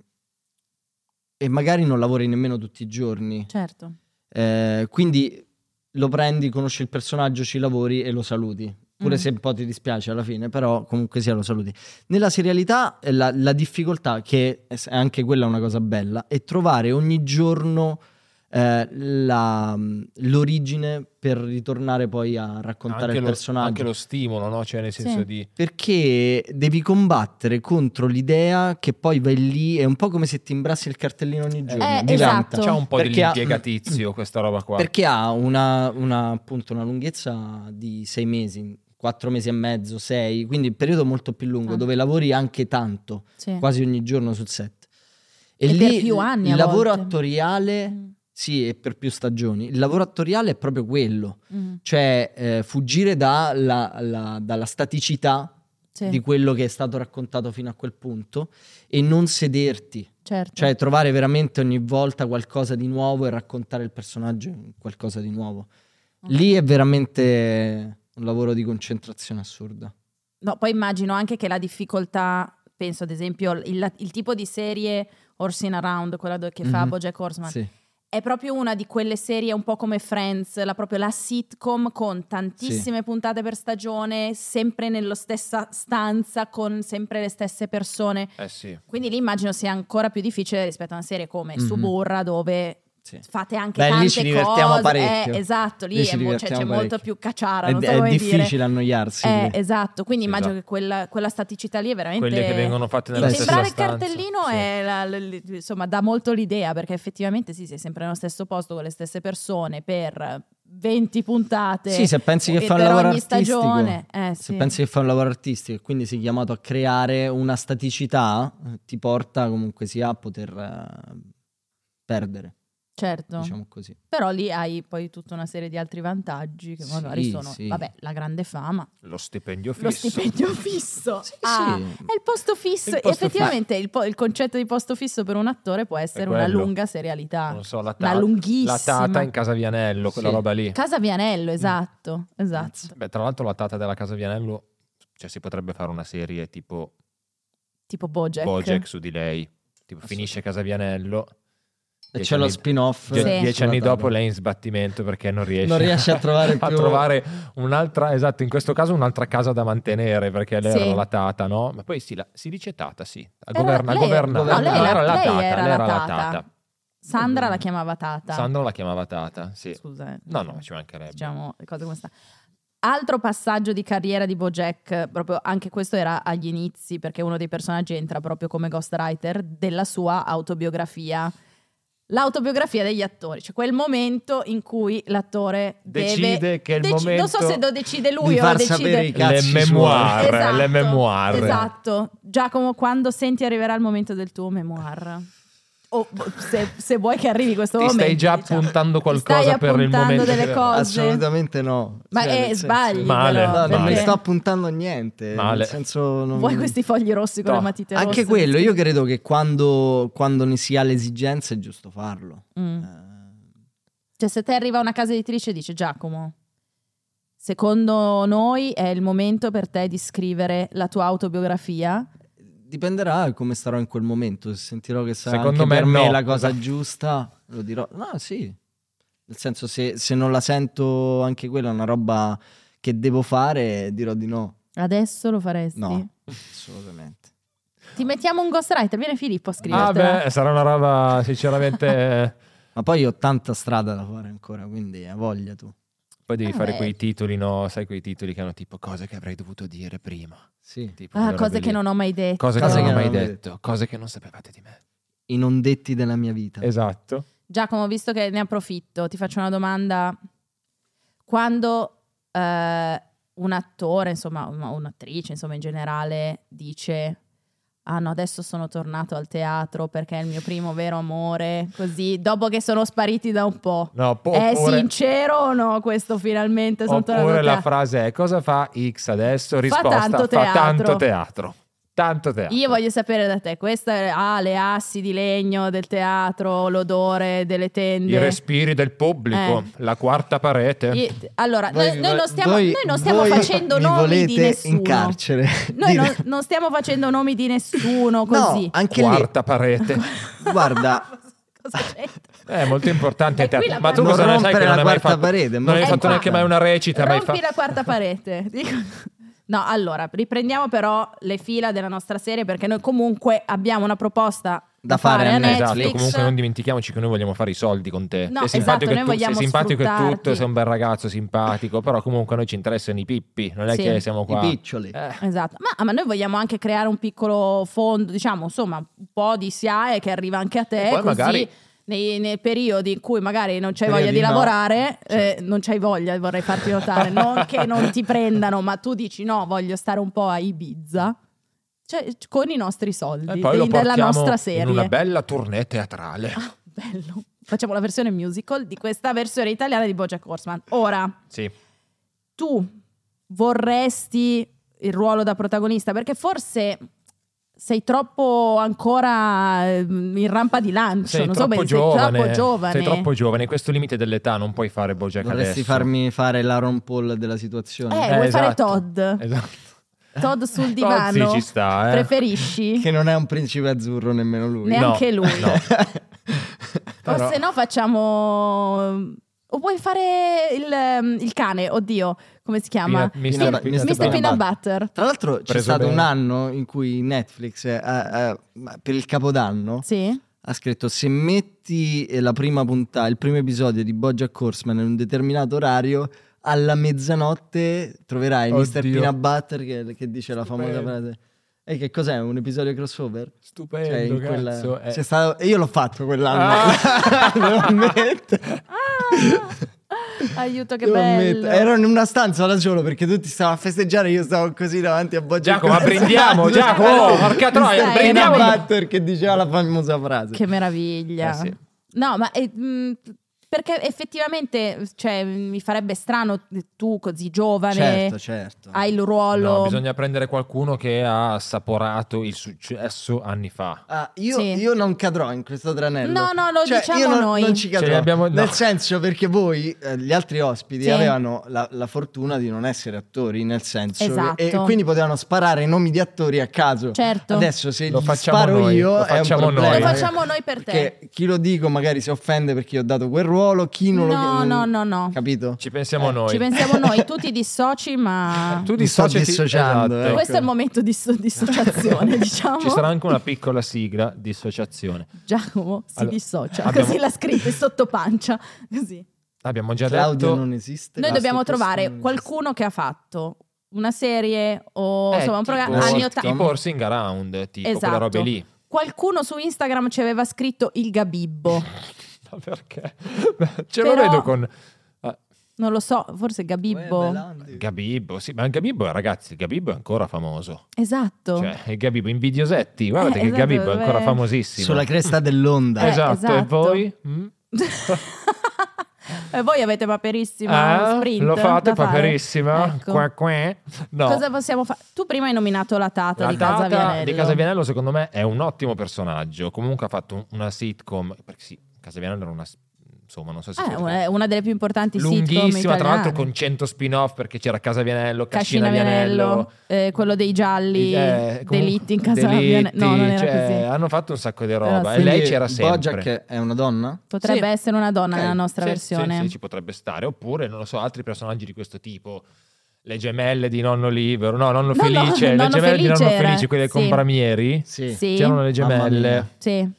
Speaker 3: e magari non lavori nemmeno tutti i giorni.
Speaker 1: certo.
Speaker 3: Eh, quindi lo prendi, conosci il personaggio, ci lavori e lo saluti. Pure
Speaker 1: Mm.
Speaker 3: se un po' ti dispiace alla fine, però comunque sia lo saluti. Nella serialità eh, la, la difficoltà, che è s- è anche quella una cosa bella, è trovare ogni giorno eh, la- mm, l'origine per ritornare poi a raccontare
Speaker 2: anche
Speaker 3: il
Speaker 2: lo,
Speaker 3: personaggio.
Speaker 2: anche lo stimolo, no? Cioè, nel senso
Speaker 1: Sì.
Speaker 2: di
Speaker 3: Perché devi combattere contro l'idea che poi vai lì, è un po' come se ti imbrassi il cartellino ogni giorno.
Speaker 1: Eh,
Speaker 3: diventa.
Speaker 1: esatto.
Speaker 2: c'ha un po'
Speaker 3: Perché ha-
Speaker 2: dell'impiegatizio questa roba qua.
Speaker 3: Perché ha una, una, appunto, una lunghezza di sei mesi, quattro mesi e mezzo, sei, quindi un periodo molto più lungo
Speaker 1: Ah.
Speaker 3: dove lavori anche tanto,
Speaker 1: Sì.
Speaker 3: quasi ogni giorno sul set. E,
Speaker 1: E per
Speaker 3: lì
Speaker 1: più anni a
Speaker 3: il lavoro
Speaker 1: volte.
Speaker 3: attoriale,
Speaker 1: Mm,
Speaker 3: sì, e per più stagioni, il lavoro attoriale è proprio quello,
Speaker 1: mm,
Speaker 3: cioè eh, fuggire dalla- la- dalla staticità
Speaker 1: sì,
Speaker 3: di quello che è stato raccontato fino a quel punto e non sederti.
Speaker 1: certo.
Speaker 3: Cioè trovare veramente ogni volta qualcosa di nuovo e raccontare il personaggio in qualcosa di nuovo. Lì è veramente un lavoro di concentrazione assurda.
Speaker 1: No, poi immagino anche che la difficoltà, penso ad esempio il, il tipo di serie Horsing Around, quella do- che fa
Speaker 3: Mhm.
Speaker 1: Bojack Horseman,
Speaker 3: Sì.
Speaker 1: è proprio una di quelle serie un po' come Friends, la, proprio la sitcom con tantissime puntate per stagione, sempre nella stessa stanza, con sempre le stesse persone.
Speaker 2: Eh sì.
Speaker 1: Quindi lì immagino sia ancora più difficile rispetto a una serie come
Speaker 3: Mhm.
Speaker 1: Suburra, dove
Speaker 3: Sì.
Speaker 1: Fate anche
Speaker 3: Beh,
Speaker 1: tante
Speaker 3: lì ci divertiamo
Speaker 1: cose.
Speaker 3: parecchio.
Speaker 1: Eh, esatto, lì,
Speaker 3: Lì
Speaker 1: è
Speaker 3: ci
Speaker 1: mo- cioè,
Speaker 3: divertiamo
Speaker 1: c'è molto
Speaker 3: parecchio.
Speaker 1: più cacciara,
Speaker 3: È,
Speaker 1: non so
Speaker 3: è
Speaker 1: come dire.
Speaker 3: difficile annoiarsi.
Speaker 1: Eh,
Speaker 3: lì.
Speaker 1: esatto, quindi
Speaker 2: Sì,
Speaker 1: immagino
Speaker 2: esatto.
Speaker 1: che quella, quella staticità lì è veramente...
Speaker 2: Quelle che vengono fatte nella
Speaker 1: il
Speaker 2: stessa
Speaker 1: timbrare il
Speaker 2: stanza.
Speaker 1: cartellino
Speaker 2: Sì.
Speaker 1: è la- l- l- insomma, dà molto l'idea perché effettivamente sì, sei sempre nello stesso posto con le stesse persone per 20 puntate.
Speaker 3: Sì, se pensi che
Speaker 1: e
Speaker 3: fa un
Speaker 1: per
Speaker 3: lavoro
Speaker 1: ogni
Speaker 3: artistico,
Speaker 1: stagione. Eh,
Speaker 3: se
Speaker 1: sì.
Speaker 3: pensi che fa un lavoro artistico e quindi sei chiamato a creare una staticità, eh, ti porta comunque sia a poter eh, perdere,
Speaker 1: Certo,
Speaker 3: diciamo così.
Speaker 1: però lì hai poi tutta una serie di altri vantaggi che
Speaker 3: Sì,
Speaker 1: magari sono,
Speaker 3: sì.
Speaker 1: vabbè, la grande fama,
Speaker 2: Lo stipendio fisso.
Speaker 1: lo stipendio fisso.
Speaker 3: Sì,
Speaker 1: Ah,
Speaker 3: sì.
Speaker 1: È il posto fisso.
Speaker 3: Il posto
Speaker 1: Effettivamente il, po- il concetto di posto fisso per un attore può essere una
Speaker 2: quello.
Speaker 1: lunga serialità.
Speaker 2: Non so, la,
Speaker 1: Una
Speaker 2: ta-
Speaker 1: lunghissima.
Speaker 2: la tata in Mm. casa Vianello, quella
Speaker 3: Sì.
Speaker 2: roba lì.
Speaker 1: Casa Vianello, esatto, esatto.
Speaker 2: Beh, tra l'altro la tata della casa Vianello, cioè si potrebbe fare una serie tipo
Speaker 1: Tipo Bojack.
Speaker 2: Bojack su di lei. Tipo finisce casa Vianello.
Speaker 3: E
Speaker 2: dieci
Speaker 3: c'è lo
Speaker 2: anni-
Speaker 3: spin-off.
Speaker 2: die-
Speaker 1: Sì.
Speaker 2: Dieci
Speaker 3: sulla
Speaker 2: anni
Speaker 3: tavola.
Speaker 2: dopo lei in sbattimento perché non riesce,
Speaker 3: Non riesce a trovare
Speaker 2: a
Speaker 3: più-
Speaker 2: trovare un'altra, esatto, in questo caso un'altra casa da mantenere perché lei
Speaker 1: Sì.
Speaker 2: era la tata, no? Ma poi sì, la- si dice tata, sì, a
Speaker 1: Era-
Speaker 2: governa,
Speaker 1: lei-
Speaker 2: governare.
Speaker 3: no, lei era-
Speaker 2: era la
Speaker 1: lei
Speaker 2: tata,
Speaker 1: era
Speaker 2: lei
Speaker 1: la
Speaker 2: era la
Speaker 1: tata.
Speaker 2: tata.
Speaker 1: Sandra la chiamava Tata.
Speaker 2: Sandro la chiamava tata, Mm. sì.
Speaker 1: Scusa. eh.
Speaker 2: No, no, ci mancherebbe.
Speaker 1: Diciamo le cose come sta. Altro passaggio di carriera di Bojack, proprio anche questo era agli inizi, perché uno dei personaggi entra proprio come ghostwriter della sua autobiografia. L'autobiografia degli attori, cioè quel momento in cui l'attore deve-
Speaker 2: Decide che è il
Speaker 1: deci- Non so
Speaker 2: momento
Speaker 1: se lo decide lui
Speaker 3: Di
Speaker 1: o lo
Speaker 3: far
Speaker 1: decide
Speaker 3: sapere
Speaker 2: Le
Speaker 3: i cazzi
Speaker 2: memoir,
Speaker 3: suoi.
Speaker 1: Esatto,
Speaker 2: le memoir.
Speaker 1: Esatto. Giacomo, quando senti arriverà il momento del tuo memoir? O bo- se, se vuoi che arrivi questo
Speaker 2: Ti
Speaker 1: momento.
Speaker 2: stai già
Speaker 1: diciamo.
Speaker 2: appuntando
Speaker 1: Ti
Speaker 2: qualcosa
Speaker 1: stai
Speaker 2: per il
Speaker 1: appuntando
Speaker 2: momento
Speaker 1: delle
Speaker 2: che-
Speaker 1: cose.
Speaker 3: Assolutamente no. Cioè,
Speaker 1: Ma, eh,
Speaker 3: nel senso-
Speaker 1: sbagli
Speaker 2: Male,
Speaker 1: però,
Speaker 3: No, non mi
Speaker 1: perché
Speaker 3: sto appuntando a niente.
Speaker 2: Male.
Speaker 3: Nel senso, non-
Speaker 1: Vuoi questi fogli rossi con
Speaker 2: No.
Speaker 1: le matite rosse?
Speaker 3: Anche quello, io credo che quando, quando ne si ha l'esigenza è giusto farlo.
Speaker 1: Mm.
Speaker 3: Eh,
Speaker 1: Cioè se te arriva una casa editrice e dice Giacomo, secondo noi è il momento per te di scrivere la tua autobiografia.
Speaker 3: Eh, Dipenderà da come starò in quel momento. Se sentirò che sarà
Speaker 2: Secondo
Speaker 3: anche
Speaker 2: me
Speaker 3: per me
Speaker 2: no.
Speaker 3: la cosa giusta, lo dirò. No, sì. Nel senso, se, se non la sento anche quella è una roba che devo fare, dirò di no.
Speaker 1: Adesso lo faresti?
Speaker 3: No, assolutamente.
Speaker 1: Ti mettiamo un ghostwriter, viene Filippo a
Speaker 2: Ah
Speaker 1: scrivertela.
Speaker 2: beh, sarà una roba sinceramente...
Speaker 3: Ma poi ho tanta strada da fare ancora, quindi hai voglia tu.
Speaker 2: Poi devi
Speaker 1: Eh,
Speaker 2: fare
Speaker 1: beh.
Speaker 2: quei titoli, no? Sai quei titoli che hanno tipo cose che avrei dovuto dire prima.
Speaker 3: Sì.
Speaker 2: Tipo,
Speaker 1: Ah,
Speaker 2: quelle
Speaker 1: cose
Speaker 2: robe
Speaker 1: che
Speaker 2: lì.
Speaker 1: non ho mai detto.
Speaker 2: Cose che
Speaker 3: Cose
Speaker 2: non
Speaker 3: che
Speaker 2: ho mai
Speaker 3: non ho
Speaker 2: detto, cose che non sapevate di me.
Speaker 3: I non detti della mia vita.
Speaker 2: Esatto.
Speaker 1: Giacomo, visto che ne approfitto, ti faccio una domanda. Quando eh, un attore, insomma, un- un'attrice, insomma, in generale, dice Ah no, adesso sono tornato al teatro perché è il mio primo vero amore, così, dopo che sono spariti da un po'.
Speaker 2: No, po-
Speaker 1: è
Speaker 2: oppure,
Speaker 1: sincero o no questo finalmente Eh, sono tornato
Speaker 2: oppure
Speaker 1: al
Speaker 2: la
Speaker 1: teatro?
Speaker 2: frase è cosa fa X adesso? Risposta,
Speaker 1: tanto
Speaker 2: fa
Speaker 1: teatro."
Speaker 2: tanto teatro. Tanto teatro.
Speaker 1: Io voglio sapere da te, questa è- ah, le assi di legno del teatro, l'odore delle tende.
Speaker 2: I respiri del pubblico,
Speaker 1: Eh.
Speaker 2: la quarta parete.
Speaker 1: I- allora,
Speaker 3: Voi
Speaker 1: Ah, noi,
Speaker 3: vi
Speaker 1: noi
Speaker 3: vo-
Speaker 1: non stiamo,
Speaker 3: voi-
Speaker 1: noi non stiamo
Speaker 3: voi
Speaker 1: facendo
Speaker 3: mi
Speaker 1: nomi
Speaker 3: volete
Speaker 1: di nessuno.
Speaker 3: in carcere.
Speaker 1: Noi
Speaker 3: Dire-
Speaker 1: non, non stiamo facendo nomi di nessuno così.
Speaker 3: No, anche lì,
Speaker 2: quarta parete.
Speaker 3: guarda.
Speaker 1: Cosa c'entra?
Speaker 2: È molto importante.
Speaker 1: E
Speaker 2: te.
Speaker 1: Eh, qui la
Speaker 2: Ma tu
Speaker 1: parte-
Speaker 2: cosa ne
Speaker 3: Non
Speaker 2: sai che
Speaker 3: rompere
Speaker 2: non
Speaker 3: la
Speaker 2: hai mai
Speaker 3: quarta
Speaker 2: fatto?
Speaker 3: parete,
Speaker 2: non
Speaker 3: ma-
Speaker 2: hai
Speaker 1: È
Speaker 2: fatto
Speaker 1: qua.
Speaker 2: neanche mai una recita. ma hai
Speaker 1: Eh, Rompi
Speaker 2: fa-
Speaker 1: la quarta parete. Dico- No, allora, riprendiamo però le fila della nostra serie perché noi comunque abbiamo una proposta
Speaker 3: Da fare a Netflix.
Speaker 2: Esatto, comunque non dimentichiamoci che noi vogliamo fare i soldi con te.
Speaker 1: No,
Speaker 2: sei
Speaker 1: esatto,
Speaker 2: simpatico,
Speaker 1: noi
Speaker 2: che tu, sei
Speaker 1: vogliamo
Speaker 2: simpatico e
Speaker 1: sfruttarti.
Speaker 2: tutto, sei un bel ragazzo simpatico, però comunque a noi ci interessano i pippi, non è
Speaker 1: Sì.
Speaker 2: che siamo
Speaker 3: I
Speaker 2: qua.
Speaker 3: piccioli.
Speaker 2: Eh,
Speaker 1: Esatto, ma, ma noi vogliamo anche creare un piccolo fondo, diciamo, insomma, un po' di SIAE che arriva anche a te,
Speaker 2: E poi
Speaker 1: così
Speaker 2: magari-
Speaker 1: nei, nei periodi in cui magari non c'hai
Speaker 3: Periodi
Speaker 1: voglia di
Speaker 3: no.
Speaker 1: lavorare,
Speaker 3: Cioè-
Speaker 1: eh, non c'hai voglia, vorrei farti notare, non che non ti prendano, ma tu dici no, voglio stare un po' a Ibiza, cioè, con i nostri soldi,
Speaker 2: e poi lo
Speaker 1: dei- della
Speaker 2: portiamo
Speaker 1: nostra serie.
Speaker 2: in una bella tournée teatrale.
Speaker 1: Ah, bello. Facciamo la versione musical di questa versione italiana di Bojack Horseman. Ora
Speaker 2: Sì.
Speaker 1: tu vorresti il ruolo da protagonista? Perché forse sei troppo ancora ehm, in rampa di lancio,
Speaker 2: Sei,
Speaker 1: non so
Speaker 2: troppo
Speaker 1: bene,
Speaker 2: giovane,
Speaker 1: sei troppo giovane.
Speaker 2: sei troppo giovane, questo limite dell'età non puoi fare Bojack
Speaker 3: Vorresti
Speaker 2: adesso.
Speaker 3: farmi fare la rompol della situazione?
Speaker 1: Eh, vuoi fare
Speaker 2: esatto.
Speaker 1: Todd?
Speaker 2: Esatto.
Speaker 1: Todd sul
Speaker 2: Todd
Speaker 1: divano.
Speaker 2: sì, ci sta, eh.
Speaker 1: Preferisci?
Speaker 3: Che non è un principe azzurro nemmeno lui.
Speaker 1: Ne- neanche
Speaker 2: No,
Speaker 1: lui. Cioè,
Speaker 2: no.
Speaker 1: O
Speaker 2: Però-
Speaker 1: se no facciamo... O vuoi fare il, ehm, il cane, oddio, come si chiama?
Speaker 2: Pina-
Speaker 1: Fi-
Speaker 2: Mr. Peanut
Speaker 1: Mr.
Speaker 2: Butter.
Speaker 1: Peanut Butter.
Speaker 3: Tra l'altro c'è
Speaker 2: Preso
Speaker 3: stato
Speaker 2: bene.
Speaker 3: un anno in cui Netflix eh, eh, eh, ma per il capodanno
Speaker 1: Sì?
Speaker 3: ha ha scritto se metti eh, la prima puntata, il primo episodio di Bojack Horseman in un determinato orario, alla mezzanotte troverai Mr.
Speaker 2: Oddio.
Speaker 3: Peanut Butter che, che dice la famosa
Speaker 2: Stupendo.
Speaker 3: frase. E che cos'è? Un episodio crossover?
Speaker 2: Stupendo,
Speaker 3: Cioè, in quella-
Speaker 2: cazzo. eh.
Speaker 3: c'è stato- e io l'ho fatto quell'anno.
Speaker 2: Ah.
Speaker 3: Devo ammettere.
Speaker 1: Ah, aiuto, che
Speaker 3: Devo
Speaker 1: bello.
Speaker 3: ammettere. Ero in una stanza da solo perché tutti stavano a festeggiare. Io stavo così davanti a Bojack.
Speaker 2: Giacomo, ma
Speaker 3: Horseman.
Speaker 2: prendiamo, Giacomo, oh, porca troia,
Speaker 1: Dai,
Speaker 2: prendiamo.
Speaker 1: era
Speaker 3: Butter che diceva la famosa frase.
Speaker 1: Che meraviglia.
Speaker 3: Eh, sì.
Speaker 1: No, ma eh, mh, perché effettivamente cioè, mi farebbe strano eh, tu così giovane,
Speaker 3: certo, certo.
Speaker 1: hai il
Speaker 2: No,
Speaker 1: ruolo...
Speaker 2: bisogna prendere qualcuno che ha assaporato il successo anni fa.
Speaker 3: Ah, io,
Speaker 1: Sì.
Speaker 3: io non cadrò in questo tranello.
Speaker 1: No, no, lo
Speaker 3: Cioè,
Speaker 1: diciamo
Speaker 3: io non,
Speaker 1: noi.
Speaker 3: non ci
Speaker 2: Ce li
Speaker 3: cadrò.
Speaker 2: Cioè, abbiamo- no.
Speaker 3: Nel senso perché voi, eh, gli altri ospiti,
Speaker 1: Sì.
Speaker 3: avevano la, la fortuna di non essere attori, nel senso. che-
Speaker 1: Esatto.
Speaker 3: e quindi potevano sparare nomi di attori a caso.
Speaker 1: Certo.
Speaker 3: Adesso se
Speaker 2: Lo
Speaker 3: gli
Speaker 2: facciamo
Speaker 3: sparo
Speaker 2: noi,
Speaker 3: io
Speaker 2: lo
Speaker 3: è un
Speaker 2: facciamo noi.
Speaker 3: problema.
Speaker 1: Lo facciamo noi per te.
Speaker 3: Perché chi lo dico magari si offende perché io ho dato quel ruolo, chi non
Speaker 1: No,
Speaker 3: lo
Speaker 1: no, no, no.
Speaker 3: Capito?
Speaker 2: Ci pensiamo
Speaker 3: Eh,
Speaker 2: noi.
Speaker 1: Ci pensiamo noi, tu ti dissoci, ma...
Speaker 2: tu
Speaker 3: Mi sto
Speaker 2: dissociati-
Speaker 3: dissociando,
Speaker 2: esatto.
Speaker 3: eh.
Speaker 1: Questo è il momento di so- dissociazione, diciamo.
Speaker 2: Ci sarà anche una piccola sigla di associazione.
Speaker 1: Giacomo si
Speaker 2: Allora,
Speaker 1: dissocia,
Speaker 2: abbiamo-
Speaker 1: così l'ha scritto, è sotto pancia, così.
Speaker 2: Abbiamo già
Speaker 3: Claudio
Speaker 2: detto
Speaker 3: non esiste.
Speaker 1: Noi
Speaker 3: basta,
Speaker 1: dobbiamo
Speaker 3: questo non
Speaker 1: trovare
Speaker 3: esiste.
Speaker 1: qualcuno che ha fatto una serie o
Speaker 2: Eh,
Speaker 1: insomma un
Speaker 2: tipo-
Speaker 1: programma Oh, anni
Speaker 2: tipo
Speaker 1: 80.
Speaker 2: Horsing Around, tipo quelle
Speaker 1: Esatto.
Speaker 2: robe lì.
Speaker 1: Qualcuno su Instagram ci aveva scritto il Gabibbo.
Speaker 2: Ma perché? Ce lo
Speaker 1: Però-
Speaker 2: vedo con ah,
Speaker 1: Non lo so, forse
Speaker 3: Uè,
Speaker 1: Gabibbo.
Speaker 3: Belandi.
Speaker 2: Gabibbo, sì, ma il Gabibbo, ragazzi, il Gabibbo è ancora famoso.
Speaker 1: Esatto.
Speaker 2: Cioè, il Gabibbo in videosetti, guardate
Speaker 1: Eh,
Speaker 2: che il
Speaker 1: esatto,
Speaker 2: Gabibbo è ancora
Speaker 1: eh.
Speaker 2: famosissimo.
Speaker 3: Sulla cresta dell'onda.
Speaker 1: Eh,
Speaker 2: esatto. e
Speaker 1: esatto.
Speaker 2: voi? Mm?
Speaker 1: e Eh, voi avete paperissima
Speaker 2: Ah,
Speaker 1: sprint.
Speaker 2: lo fate
Speaker 1: da fare?
Speaker 2: paperissima?
Speaker 1: Ecco.
Speaker 2: Qua, qua? No.
Speaker 1: Cosa possiamo fare? Tu prima hai nominato la Tata
Speaker 2: La
Speaker 1: di Casa
Speaker 2: Tata
Speaker 1: Vianello.
Speaker 2: di Casavianello secondo me è un ottimo personaggio, comunque ha fatto un- una sitcom, perché sì, Casavianello era una, s- insomma non so se...
Speaker 1: Eh, è una delle più importanti sitcom
Speaker 2: lunghissima, tra l'altro
Speaker 1: italiane.
Speaker 2: con 100 spin-off perché c'era Casavianello, Cascina,
Speaker 1: Cascina Vianello,
Speaker 2: Vianello,
Speaker 1: eh, quello dei gialli,
Speaker 2: eh, comunque-
Speaker 1: delitti in casa
Speaker 2: Delitti,
Speaker 1: Vianello. No, non era
Speaker 2: cioè,
Speaker 1: così.
Speaker 2: Hanno fatto un sacco di
Speaker 1: Era
Speaker 2: roba
Speaker 1: sì.
Speaker 2: e lei
Speaker 3: Quindi
Speaker 2: c'era sempre.
Speaker 3: Bojack è una donna?
Speaker 1: Potrebbe
Speaker 2: Sì.
Speaker 1: essere una donna
Speaker 2: Ok,
Speaker 1: nella nostra
Speaker 2: sì,
Speaker 1: versione.
Speaker 2: Sì, sì, ci potrebbe stare. Oppure, non lo so, altri personaggi di questo tipo. Le gemelle di Nonno Libero, no, Nonno
Speaker 1: No, no,
Speaker 2: Felice, le
Speaker 1: Nonno
Speaker 2: gemelle di
Speaker 1: Felice
Speaker 2: Nonno
Speaker 1: era-
Speaker 2: Felice, quelle
Speaker 1: sì.
Speaker 2: con Bramieri.
Speaker 3: Sì.
Speaker 1: Sì.
Speaker 2: C'erano le
Speaker 3: Mamma
Speaker 2: gemelle.
Speaker 3: mia.
Speaker 1: Sì.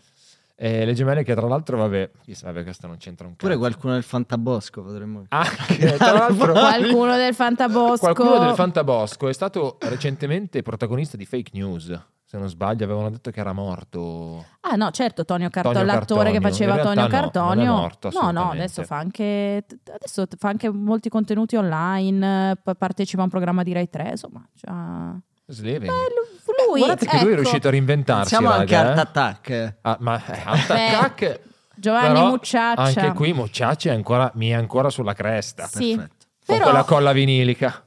Speaker 2: Eh, le gemelle che tra l'altro, vabbè, chissà, vabbè, questa non c'entra un
Speaker 3: Oppure
Speaker 2: cazzo.
Speaker 3: qualcuno del Fantabosco potremmo...
Speaker 2: Ah. Anche, tra l'altro,
Speaker 1: Qualcuno del Fantabosco.
Speaker 2: Qualcuno del Fantabosco è stato recentemente protagonista di fake news. Se non sbaglio, avevano detto che era morto.
Speaker 1: Ah no, certo, Tonio Cartonio,
Speaker 2: Tonio
Speaker 1: l'attore che
Speaker 2: Cartonio.
Speaker 1: faceva
Speaker 2: In
Speaker 1: Tonio
Speaker 2: realtà no,
Speaker 1: Cartonio.
Speaker 2: non è morto,
Speaker 1: no, no,
Speaker 2: assolutamente.
Speaker 1: adesso fa anche adesso fa anche molti contenuti online, eh, pa- partecipa a un programma di Rai 3, insomma, cioè...
Speaker 2: Slevin.
Speaker 1: Beh, lu- Eh, lui,
Speaker 2: Guardate che lui è
Speaker 1: ecco,
Speaker 2: riuscito a reinventarsi.
Speaker 3: Siamo anche
Speaker 2: raga,
Speaker 3: Art
Speaker 2: eh.
Speaker 3: Attack.
Speaker 2: Ah, ma Art
Speaker 1: Beh,
Speaker 2: Attack.
Speaker 1: Giovanni
Speaker 2: però
Speaker 1: Mucciaccia.
Speaker 2: Anche qui Mucciaccia è ancora, mi è ancora sulla cresta.
Speaker 1: Sì.
Speaker 3: Perfetto.
Speaker 2: Con
Speaker 1: Però,
Speaker 2: quella colla vinilica.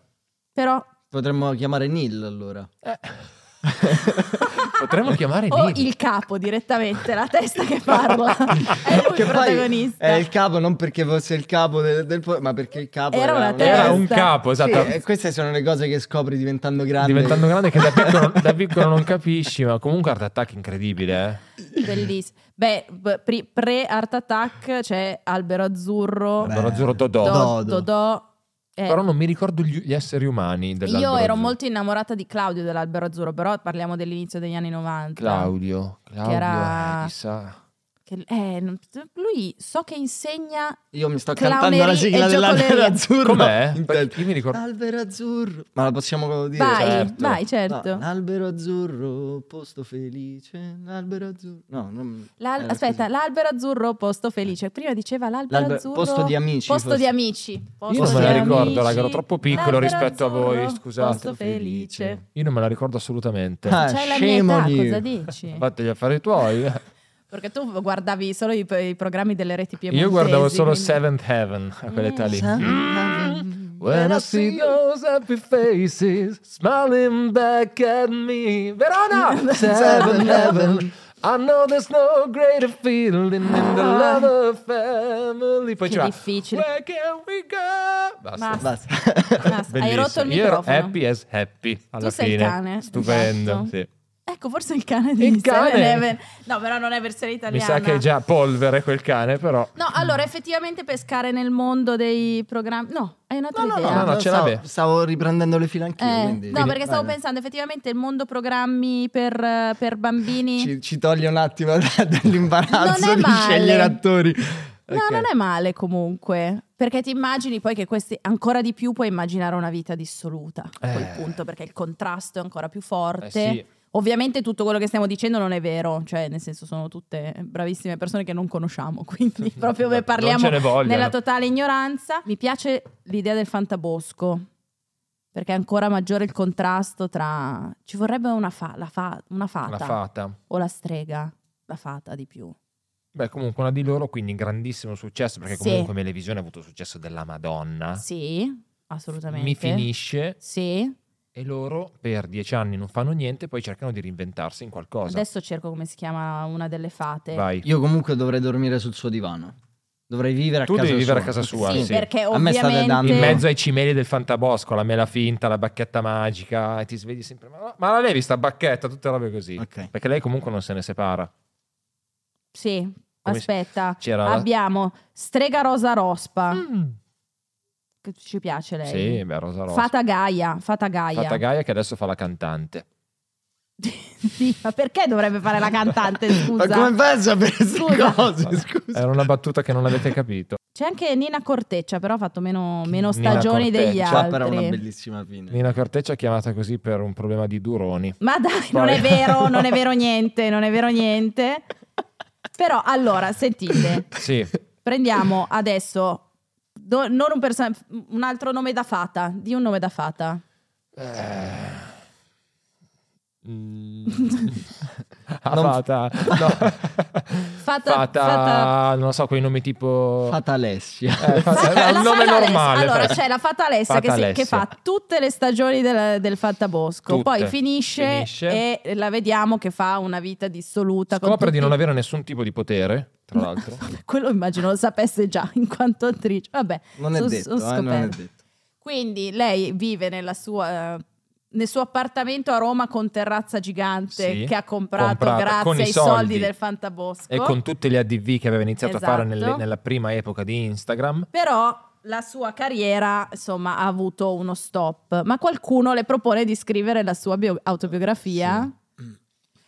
Speaker 1: però
Speaker 3: Potremmo chiamare Neil allora.
Speaker 1: Eh,
Speaker 2: Potremmo chiamare
Speaker 1: o
Speaker 2: Nino.
Speaker 1: il capo direttamente, la testa che parla. è lui
Speaker 3: Che
Speaker 1: il
Speaker 3: poi
Speaker 1: protagonista.
Speaker 3: È il capo, non perché fosse il capo del, del po- ma perché il capo
Speaker 1: Era
Speaker 3: era,
Speaker 1: una testa.
Speaker 2: Era un capo,
Speaker 3: Sì,
Speaker 2: esatto.
Speaker 3: e queste sono le cose che scopri diventando grande.
Speaker 2: Diventando grande che da piccolo, da piccolo non capisci, ma comunque Art Attack incredibile, eh.
Speaker 1: Bellissimo. Beh, b- pre- pre-Art Attack c'è Albero Azzurro,
Speaker 3: Beh,
Speaker 2: Albero azzurro Dodò.
Speaker 3: Dodò.
Speaker 1: Do-
Speaker 3: Dodo.
Speaker 1: Dodò. Eh,
Speaker 2: Però non mi ricordo gli, gli esseri umani dell'albero
Speaker 1: io ero
Speaker 2: azzurro.
Speaker 1: molto innamorata di Claudio dell'Albero Azzurro, però parliamo dell'inizio degli anni 90.
Speaker 2: Claudio, Claudio,
Speaker 1: era-
Speaker 2: eh, chissà.
Speaker 1: Che- eh, non- lui so che insegna...
Speaker 3: Io mi sto
Speaker 1: Clownery
Speaker 3: cantando la
Speaker 1: e
Speaker 3: sigla dell'albero
Speaker 1: giocoleria.
Speaker 3: azzurro.
Speaker 2: Com'è?
Speaker 3: In
Speaker 2: Perché
Speaker 3: testa.
Speaker 2: Io mi ricordo
Speaker 3: Albero azzurro. Ma la possiamo dire?
Speaker 1: vai,
Speaker 2: certo.
Speaker 1: vai, certo.
Speaker 3: No, l'albero azzurro, posto felice, l'albero azzurro. No, non... eh,
Speaker 1: L'al-
Speaker 3: era
Speaker 1: aspetta,
Speaker 3: così.
Speaker 1: l'albero azzurro, posto felice. Prima diceva l'albero
Speaker 3: L'albe-
Speaker 1: azzurro...
Speaker 3: posto di amici,
Speaker 1: Posto
Speaker 3: forse.
Speaker 1: di amici. Posto
Speaker 2: non
Speaker 3: me
Speaker 1: di
Speaker 3: la
Speaker 1: amici.
Speaker 2: ricordo, raga, ero troppo piccolo
Speaker 1: L'albero
Speaker 2: rispetto a voi,
Speaker 1: azzurro,
Speaker 2: scusate. Eh,
Speaker 1: Posto felice.
Speaker 2: Io non me la ricordo assolutamente.
Speaker 3: Ah,
Speaker 1: C'è la mia
Speaker 3: scemo
Speaker 1: età,
Speaker 3: di-
Speaker 1: cosa dici?
Speaker 2: Fate gli affari tuoi.
Speaker 1: Perché tu guardavi solo i, i programmi delle reti piemontesi.
Speaker 2: Io guardavo solo
Speaker 1: quindi- Ah.
Speaker 2: Seventh Heaven a quell'età lì.
Speaker 3: Ah, Seven-
Speaker 2: Mm. When I see those happy faces smiling back at me. Verona! Seventh Heaven. I know there's no greater feeling in the love of family. Poi
Speaker 1: Ah. Che
Speaker 2: c'era,
Speaker 1: difficile.
Speaker 2: Where can we go? Basta.
Speaker 1: Ma-
Speaker 3: Basta.
Speaker 1: Basta, Ah, Hai
Speaker 2: Bellissimo.
Speaker 1: rotto il
Speaker 2: Io ero
Speaker 1: microfono.
Speaker 2: happy as happy alla
Speaker 1: sei il
Speaker 2: fine.
Speaker 1: cane,
Speaker 2: Stupendo.
Speaker 1: esatto.
Speaker 2: sì.
Speaker 1: Ecco Ecco, forse il cane di
Speaker 2: Il cane?
Speaker 1: Seven Heaven. No, però non è versione
Speaker 2: Mi
Speaker 1: italiana.
Speaker 2: sa che è già polvere quel cane, però. eh,
Speaker 1: No, allora, effettivamente pescare nel mondo dei programmi... No, è un'altra
Speaker 2: No, no,
Speaker 1: idea.
Speaker 2: no, no, ce
Speaker 3: stavo,
Speaker 2: l'avevo.
Speaker 3: Eh, stavo riprendendo le fila anch'io.
Speaker 1: Eh,
Speaker 3: quindi-
Speaker 1: no, perché stavo
Speaker 3: Bene.
Speaker 2: eh.
Speaker 1: pensando effettivamente il mondo programmi per, eh, per bambini.
Speaker 3: Ci, ci toglie un attimo da- dall'imbarazzo
Speaker 1: Non è
Speaker 3: di
Speaker 1: male.
Speaker 3: scegliere attori.
Speaker 1: No,
Speaker 3: Ok.
Speaker 1: non è male comunque, perché ti immagini poi che questi ancora di più puoi immaginare una vita dissoluta a quel
Speaker 2: Eh.
Speaker 1: punto, perché il contrasto è ancora più
Speaker 2: Eh
Speaker 1: forte.
Speaker 2: sì,
Speaker 1: Ovviamente tutto quello che stiamo dicendo non è vero, cioè nel senso sono tutte bravissime persone che non conosciamo, quindi proprio
Speaker 2: non
Speaker 1: ne parliamo
Speaker 2: ce ne vogliono.
Speaker 1: nella totale ignoranza. Mi piace l'idea del fantabosco, perché è ancora maggiore il contrasto tra... Ci vorrebbe una, fa- la fa- una fata
Speaker 2: La fata.
Speaker 1: o la strega, la fata di più.
Speaker 2: Beh, comunque una di loro, quindi grandissimo successo, perché
Speaker 1: Sì.
Speaker 2: comunque Melevisione ha avuto successo della Madonna.
Speaker 1: Sì, assolutamente.
Speaker 2: Ah. Mi finisce
Speaker 1: Sì,
Speaker 2: e loro per dieci anni non fanno niente, poi cercano di reinventarsi in qualcosa.
Speaker 1: adesso cerco come si chiama una delle fate.
Speaker 2: Vai.
Speaker 3: Io comunque dovrei dormire sul suo divano. Dovrei vivere a
Speaker 2: Tu
Speaker 3: casa
Speaker 2: devi vivere a casa
Speaker 1: Sì,
Speaker 2: sua, sì.
Speaker 1: perché
Speaker 3: A me state
Speaker 1: ovviamente...
Speaker 3: dando-
Speaker 2: In
Speaker 3: Sì.
Speaker 2: mezzo ai cimeli del fantabosco, la mela finta, la bacchetta magica, e ti svegli sempre. Ma, ma la levi sta bacchetta, tutte robe così.
Speaker 3: Ok.
Speaker 2: Perché lei comunque non se ne separa.
Speaker 1: Sì,
Speaker 2: Come
Speaker 1: aspetta.
Speaker 2: C'era la-
Speaker 1: Abbiamo Strega Rosa Rospa,
Speaker 2: Mm.
Speaker 1: che ci piace lei.
Speaker 2: Sì, beh, Rosa Rosa.
Speaker 1: Fata Gaia, Fata Gaia.
Speaker 2: Fata Gaia che adesso fa la cantante.
Speaker 1: sì, ma perché dovrebbe fare la cantante, scusa?
Speaker 3: Ma come fai a sapere queste
Speaker 1: Scusa.
Speaker 3: cose?
Speaker 2: Vabbè,
Speaker 3: Scusa.
Speaker 2: Era una battuta che non avete capito.
Speaker 1: C'è anche Nina Corteccia, però ha fatto meno, meno
Speaker 2: Nina
Speaker 1: stagioni degli
Speaker 2: Corteccia,
Speaker 3: C'ha
Speaker 1: altri.
Speaker 3: però una bellissima fine.
Speaker 2: Nina Corteccia è chiamata così per un problema di duroni.
Speaker 1: Ma dai, non è vero, non è vero niente, non è vero niente. Però allora, sentite,
Speaker 2: Sì,
Speaker 1: prendiamo adesso do- non un, perso- un altro nome da fata, di un nome da fata.
Speaker 2: Eh. Mm.
Speaker 3: Non-
Speaker 2: fata, no.
Speaker 1: Fata-
Speaker 2: fata,
Speaker 1: fata-
Speaker 2: non so, quei nomi tipo.
Speaker 3: Fata Alessia.
Speaker 2: Eh, fata-
Speaker 1: Fata-
Speaker 2: è
Speaker 1: la
Speaker 2: un nome
Speaker 1: Fata Alessia.
Speaker 2: normale.
Speaker 1: Allora
Speaker 2: fata.
Speaker 1: c'è la Fata Alessia,
Speaker 2: Fata
Speaker 1: che, si- che
Speaker 2: Alessia.
Speaker 1: fa tutte le stagioni del, del Fattabosco,
Speaker 2: Tutte.
Speaker 1: poi finisce,
Speaker 2: Finisce.
Speaker 1: e la vediamo che fa una vita dissoluta. con
Speaker 2: Scopre di
Speaker 1: tutti-
Speaker 2: non avere nessun tipo di potere, tra l'altro.
Speaker 1: Quello immagino lo sapesse già in quanto attrice. Vabbè,
Speaker 3: Non è
Speaker 1: su-
Speaker 3: detto,
Speaker 1: su-
Speaker 3: eh, non è
Speaker 1: scoperto.
Speaker 3: detto.
Speaker 1: Quindi lei vive nella sua- eh, nel suo appartamento a Roma con terrazza gigante
Speaker 2: Sì,
Speaker 1: che ha comprato,
Speaker 2: comprata con
Speaker 1: grazie
Speaker 2: i
Speaker 1: ai soldi.
Speaker 2: soldi.
Speaker 1: del Fantabosco.
Speaker 2: e con tutte le ADV che aveva iniziato a fare nelle-
Speaker 1: Esatto.
Speaker 2: nella prima epoca di Instagram.
Speaker 1: Però la sua carriera, insomma, ha avuto uno stop. Ma qualcuno le propone di scrivere la sua bio- autobiografia.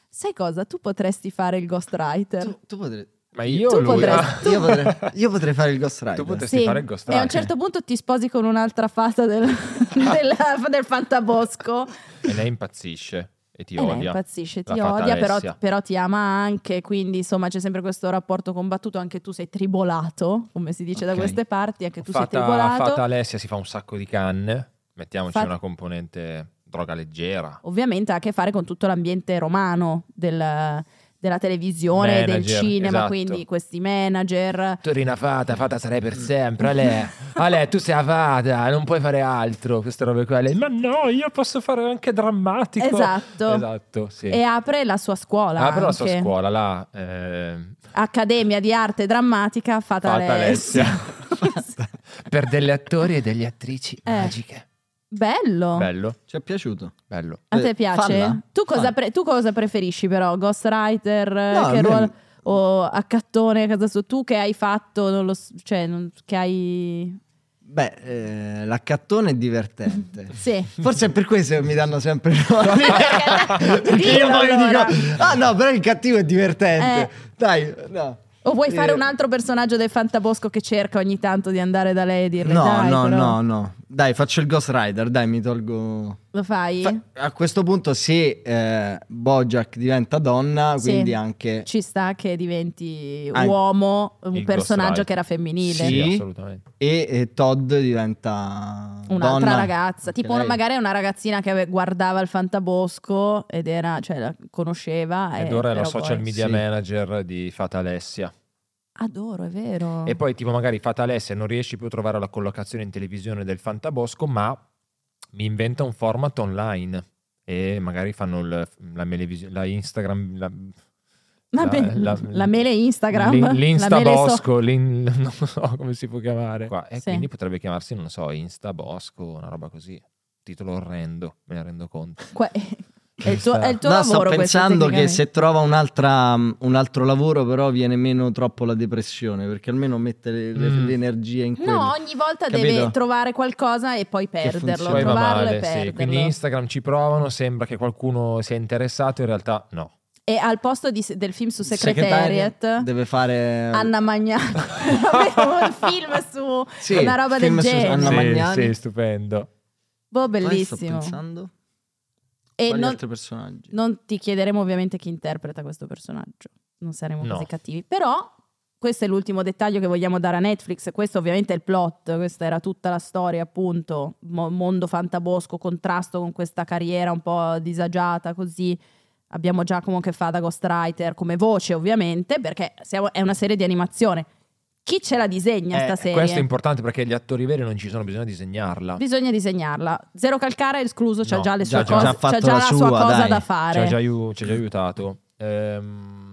Speaker 1: Sai cosa? Tu potresti fare il ghostwriter.
Speaker 3: Tu, tu potrei...
Speaker 2: Ma io
Speaker 1: Tu
Speaker 2: lui.
Speaker 1: potresti-
Speaker 3: Io potrei, io potrei fare il Ghost Rider.
Speaker 2: Tu potresti fare il
Speaker 1: e a
Speaker 2: ghostwriter.
Speaker 1: un certo punto ti sposi con un'altra fata del, della- del Fantabosco.
Speaker 2: E lei impazzisce e ti
Speaker 1: E lei
Speaker 2: odia.
Speaker 1: Eh impazzisce, ti
Speaker 2: L'ha fatta
Speaker 1: odia, però,
Speaker 2: Alessia.
Speaker 1: però ti ama anche, quindi insomma c'è sempre questo rapporto combattuto, anche tu sei tribolato, come si dice
Speaker 2: Ok.
Speaker 1: da queste parti, anche tu sei
Speaker 2: fata,
Speaker 1: tribolato.
Speaker 2: fata Alessia si fa un sacco di canne. Mettiamoci
Speaker 1: Fat-
Speaker 2: una componente droga leggera.
Speaker 1: Ovviamente ha a che fare con tutto l'ambiente romano del- della televisione, del
Speaker 2: Manager,
Speaker 1: cinema,
Speaker 2: esatto.
Speaker 1: quindi questi manager.
Speaker 2: Torina fata, fata sarei per sempre. Ale, Ale, tu sei fata, non puoi fare altro. Queste robe qua. Lei, ma no, io posso fare anche drammatico.
Speaker 1: Esatto.
Speaker 2: Esatto, sì.
Speaker 1: E apre la sua scuola.
Speaker 2: Ah, però la sua
Speaker 1: anche.
Speaker 2: scuola, la eh,
Speaker 1: Accademia di arte drammatica Fata,
Speaker 2: Fata
Speaker 1: Alessia.
Speaker 2: Alessia. per degli attori e degli attrici
Speaker 1: Eh.
Speaker 2: magiche.
Speaker 1: Bello.
Speaker 2: Bello,
Speaker 3: Ci è piaciuto.
Speaker 2: bello.
Speaker 1: A te
Speaker 3: Eh,
Speaker 1: piace?
Speaker 3: falla.
Speaker 1: Tu, cosa
Speaker 3: Falla.
Speaker 1: pre- tu cosa preferisci però? Ghostwriter? eh,
Speaker 3: No,
Speaker 1: che
Speaker 3: a me-
Speaker 1: ruolo? O accattone a casa sua? Tu che hai fatto, non lo s- cioè, non- che hai...
Speaker 3: Beh, eh, l'accattone è divertente.
Speaker 1: Sì.
Speaker 3: Forse è per questo che mi danno sempre i ruoli.
Speaker 1: Perché-
Speaker 3: Perché io poi
Speaker 1: allora.
Speaker 3: dico, ah no, però il cattivo è divertente.
Speaker 1: Eh.
Speaker 3: Dai, no.
Speaker 1: O vuoi fare
Speaker 3: Eh,
Speaker 1: un altro personaggio del Fantabosco che cerca ogni tanto di andare da lei e dirle
Speaker 3: No,
Speaker 1: dai,
Speaker 3: no,
Speaker 1: però,
Speaker 3: no, no. Dai, faccio il Ghost Rider, dai, mi tolgo...
Speaker 1: Lo fai?
Speaker 3: Fa- a questo punto se eh, Bojack diventa donna,
Speaker 1: Sì.
Speaker 3: quindi anche...
Speaker 1: Ci sta che diventi
Speaker 3: Anche-
Speaker 1: uomo, un
Speaker 2: Il
Speaker 1: personaggio
Speaker 2: Ghost
Speaker 1: che era femminile.
Speaker 3: Sì.
Speaker 2: Sì, assolutamente.
Speaker 3: E, eh, Todd diventa...
Speaker 1: Un'altra
Speaker 3: donna.
Speaker 1: ragazza,
Speaker 3: Anche
Speaker 1: tipo
Speaker 3: lei.
Speaker 1: magari una ragazzina che ave- guardava il Fantabosco ed era, cioè la conosceva.
Speaker 2: Ed
Speaker 1: e-
Speaker 2: ora è la
Speaker 1: però
Speaker 2: social
Speaker 1: poi-
Speaker 2: media
Speaker 3: Sì.
Speaker 2: manager di Fata Alessia.
Speaker 1: Adoro, è vero.
Speaker 2: E poi, tipo, magari Fata Alessia non riesci più a trovare la collocazione in televisione del Fantabosco, ma mi inventa un format online. E magari fanno il- la, melevisi- la Instagram. La,
Speaker 1: la, me-
Speaker 2: la-
Speaker 1: la mele Instagram.
Speaker 2: l'in-
Speaker 1: la mele so-
Speaker 2: L'Instabosco, l'in- non so come si può chiamare. Qua. E
Speaker 1: Sì.
Speaker 2: quindi potrebbe chiamarsi, non lo so, Instabosco, una roba così. Titolo orrendo, me ne rendo conto.
Speaker 1: que- È il tuo, è il tuo
Speaker 3: No,
Speaker 1: lavoro
Speaker 3: sto
Speaker 1: questo,
Speaker 3: pensando che
Speaker 1: tecnicamente.
Speaker 3: se trova un'altra, un altro lavoro, però viene meno troppo la depressione, perché almeno mette le, le-
Speaker 2: Mm.
Speaker 3: l'energia in quello.
Speaker 1: No, ogni volta
Speaker 3: Capito?
Speaker 1: deve trovare qualcosa e poi perderlo,
Speaker 3: funziona.
Speaker 2: Poi va
Speaker 1: trovarlo e
Speaker 2: male, sì.
Speaker 1: perderlo.
Speaker 2: Quindi Instagram ci provano, sembra che qualcuno sia interessato, in realtà no.
Speaker 1: E al posto di- del film su
Speaker 3: Secretariat
Speaker 1: Secretariat,
Speaker 3: deve fare
Speaker 1: Anna Magnani, avevo un film su Boh,
Speaker 3: Sì,
Speaker 1: una roba del
Speaker 3: film su
Speaker 1: genere.
Speaker 3: Anna
Speaker 2: sì,
Speaker 3: Magnani.
Speaker 2: sì, stupendo.
Speaker 1: Boh,
Speaker 3: Poi
Speaker 1: bellissimo.
Speaker 3: Sto pensando
Speaker 1: E
Speaker 3: quali
Speaker 1: non,
Speaker 3: altri personaggi.
Speaker 1: non ti chiederemo ovviamente chi interpreta questo personaggio, non saremo
Speaker 2: No.
Speaker 1: così cattivi, però questo è l'ultimo dettaglio che vogliamo dare a Netflix, questo ovviamente è il plot, questa era tutta la storia appunto, mo- mondo fantabosco, contrasto con questa carriera un po' disagiata così. Abbiamo Giacomo che fa da ghostwriter come voce ovviamente, perché siamo- è una serie di animazione. Chi ce la disegna
Speaker 2: Eh,
Speaker 1: sta serie?
Speaker 2: questo è importante perché gli attori veri non ci sono, bisogna disegnarla.
Speaker 1: Bisogna disegnarla. Zero Calcara è escluso, c'ha
Speaker 2: No,
Speaker 1: già le
Speaker 3: già-
Speaker 1: sue
Speaker 3: già
Speaker 1: cose,
Speaker 3: ha fatto
Speaker 1: c'ha già la,
Speaker 3: la
Speaker 1: sua
Speaker 3: sua,
Speaker 1: cosa
Speaker 3: dai.
Speaker 1: da
Speaker 2: Ci ha
Speaker 1: fare.
Speaker 2: già, aiu- ci ha già aiutato. Ehm,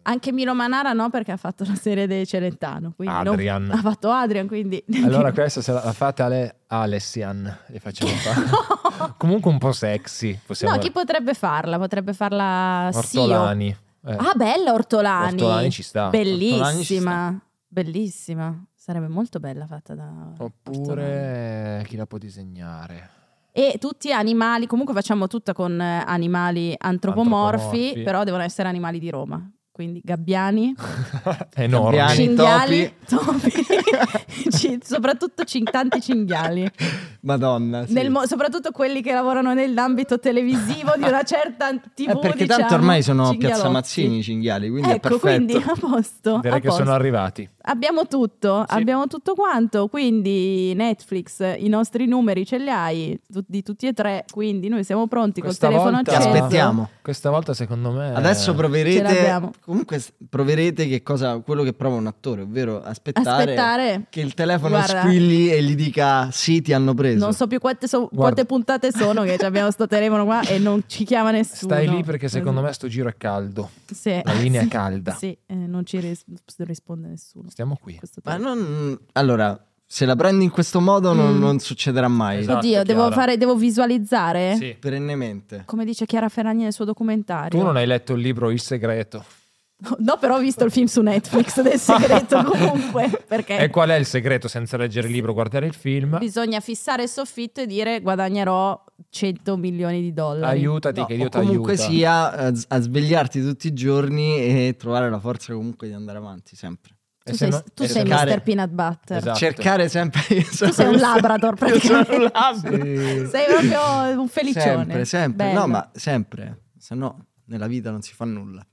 Speaker 1: Anche Milo Manara no, perché ha fatto la serie dei Celentano. quindi non-
Speaker 2: Adrian.
Speaker 1: Ha fatto Adrian, quindi...
Speaker 2: Allora, questa se la la fate Ale- Alessian, le facciamo fare. Comunque un po' sexy, possiamo
Speaker 1: no, chi potrebbe farla? Potrebbe farla Sio.
Speaker 2: Ortolani. Eh,
Speaker 1: Ah, bella Ortolani.
Speaker 2: Ortolani ci sta.
Speaker 3: Ortolani ci
Speaker 1: Bellissima.
Speaker 3: sta.
Speaker 1: Bellissima. Sarebbe molto bella fatta da... Ortolani.
Speaker 2: Oppure chi la può disegnare?
Speaker 1: E tutti animali, comunque facciamo tutta con eh, animali antropomorfi,
Speaker 2: Antropomorfi.
Speaker 1: però devono essere animali di Roma. Quindi gabbiani,
Speaker 2: Enorme.
Speaker 3: Cambiare.
Speaker 1: cinghiali, topi, Ci- soprattutto cin- tanti cinghiali.
Speaker 3: Madonna, sì.
Speaker 1: Nel mo- soprattutto quelli che lavorano nell'ambito televisivo di una certa TV.
Speaker 3: Eh, perché
Speaker 1: diciamo,
Speaker 3: tanto ormai sono
Speaker 1: cinghialotti.
Speaker 3: Piazza Mazzini i cinghiali, quindi è
Speaker 1: ecco,
Speaker 3: perfetto.
Speaker 1: quindi a posto. a
Speaker 2: Direi che
Speaker 1: posto.
Speaker 2: sono arrivati.
Speaker 1: Abbiamo tutto,
Speaker 2: Sì.
Speaker 1: abbiamo tutto quanto, quindi Netflix, i nostri numeri ce li hai tu- di tutti e tre, quindi noi siamo pronti
Speaker 2: Questa
Speaker 1: col telefono
Speaker 2: volta-
Speaker 3: Ti
Speaker 1: acceso.
Speaker 3: aspettiamo.
Speaker 2: Questa volta secondo me...
Speaker 3: Adesso
Speaker 1: Ce l'abbiamo.
Speaker 3: proverete. Comunque s- proverete che cosa, quello che prova un attore, ovvero aspettare,
Speaker 1: Aspettare.
Speaker 3: che il telefono
Speaker 1: Guarda.
Speaker 3: squilli e gli dica sì, ti hanno preso.
Speaker 1: Non so più quante, so-
Speaker 2: Guarda.
Speaker 1: quante puntate sono che abbiamo sto telefono qua e non ci chiama nessuno.
Speaker 2: Stai lì perché secondo me sto giro è caldo.
Speaker 1: Sì.
Speaker 2: La linea è
Speaker 1: Sì.
Speaker 2: calda.
Speaker 1: Sì, eh, non ci ris- risponde nessuno.
Speaker 2: Stiamo qui.
Speaker 1: Questo
Speaker 3: Ma
Speaker 1: telefono.
Speaker 3: non... Allora, se la prendi in questo modo non,
Speaker 1: Mm.
Speaker 3: non succederà mai.
Speaker 2: Esatto,
Speaker 1: Oddio, devo,
Speaker 2: Chiara.
Speaker 1: fare, devo visualizzare?
Speaker 2: Sì.
Speaker 3: Perennemente.
Speaker 1: Come dice Chiara Ferragni nel suo documentario.
Speaker 2: Tu non hai letto il libro Il segreto.
Speaker 1: No, però ho visto il film su Netflix del segreto comunque,
Speaker 2: E
Speaker 1: perché
Speaker 2: qual è il segreto senza leggere il libro, guardare il film?
Speaker 1: bisogna fissare il soffitto e dire guadagnerò 100 milioni di dollari.
Speaker 2: Aiutati
Speaker 3: No,
Speaker 2: che Dio
Speaker 3: o
Speaker 2: ti
Speaker 3: comunque
Speaker 2: aiuta.
Speaker 3: sia a, a svegliarti tutti i giorni e trovare la forza comunque di andare avanti sempre.
Speaker 2: E
Speaker 1: tu sei,
Speaker 2: se no-
Speaker 1: tu
Speaker 2: e
Speaker 1: sei
Speaker 2: se-
Speaker 3: cercare-
Speaker 1: Mr. Peanut Butter.
Speaker 2: Esatto.
Speaker 3: Cercare sempre. Io sono
Speaker 1: sei un Labrador,
Speaker 3: Io sono un
Speaker 1: praticamente.
Speaker 3: Labrador.
Speaker 2: Sì.
Speaker 1: Sei proprio un felicione.
Speaker 3: Sempre, sempre.
Speaker 1: Bello.
Speaker 3: No, ma sempre. Se no, nella vita non si fa nulla.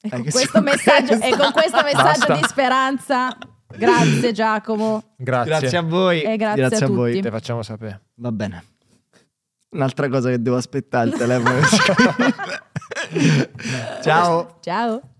Speaker 1: E con
Speaker 3: Eh, che
Speaker 1: questo
Speaker 3: sono
Speaker 1: messaggio,
Speaker 3: questa.
Speaker 1: e con questo messaggio
Speaker 2: Basta.
Speaker 1: di speranza, grazie Giacomo.
Speaker 2: Grazie.
Speaker 3: Grazie, a voi.
Speaker 1: E grazie a tutti.
Speaker 3: voi.
Speaker 2: Te facciamo sapere.
Speaker 3: Va bene. Un'altra cosa che devo aspettare il telefono. Ciao.
Speaker 1: Ciao.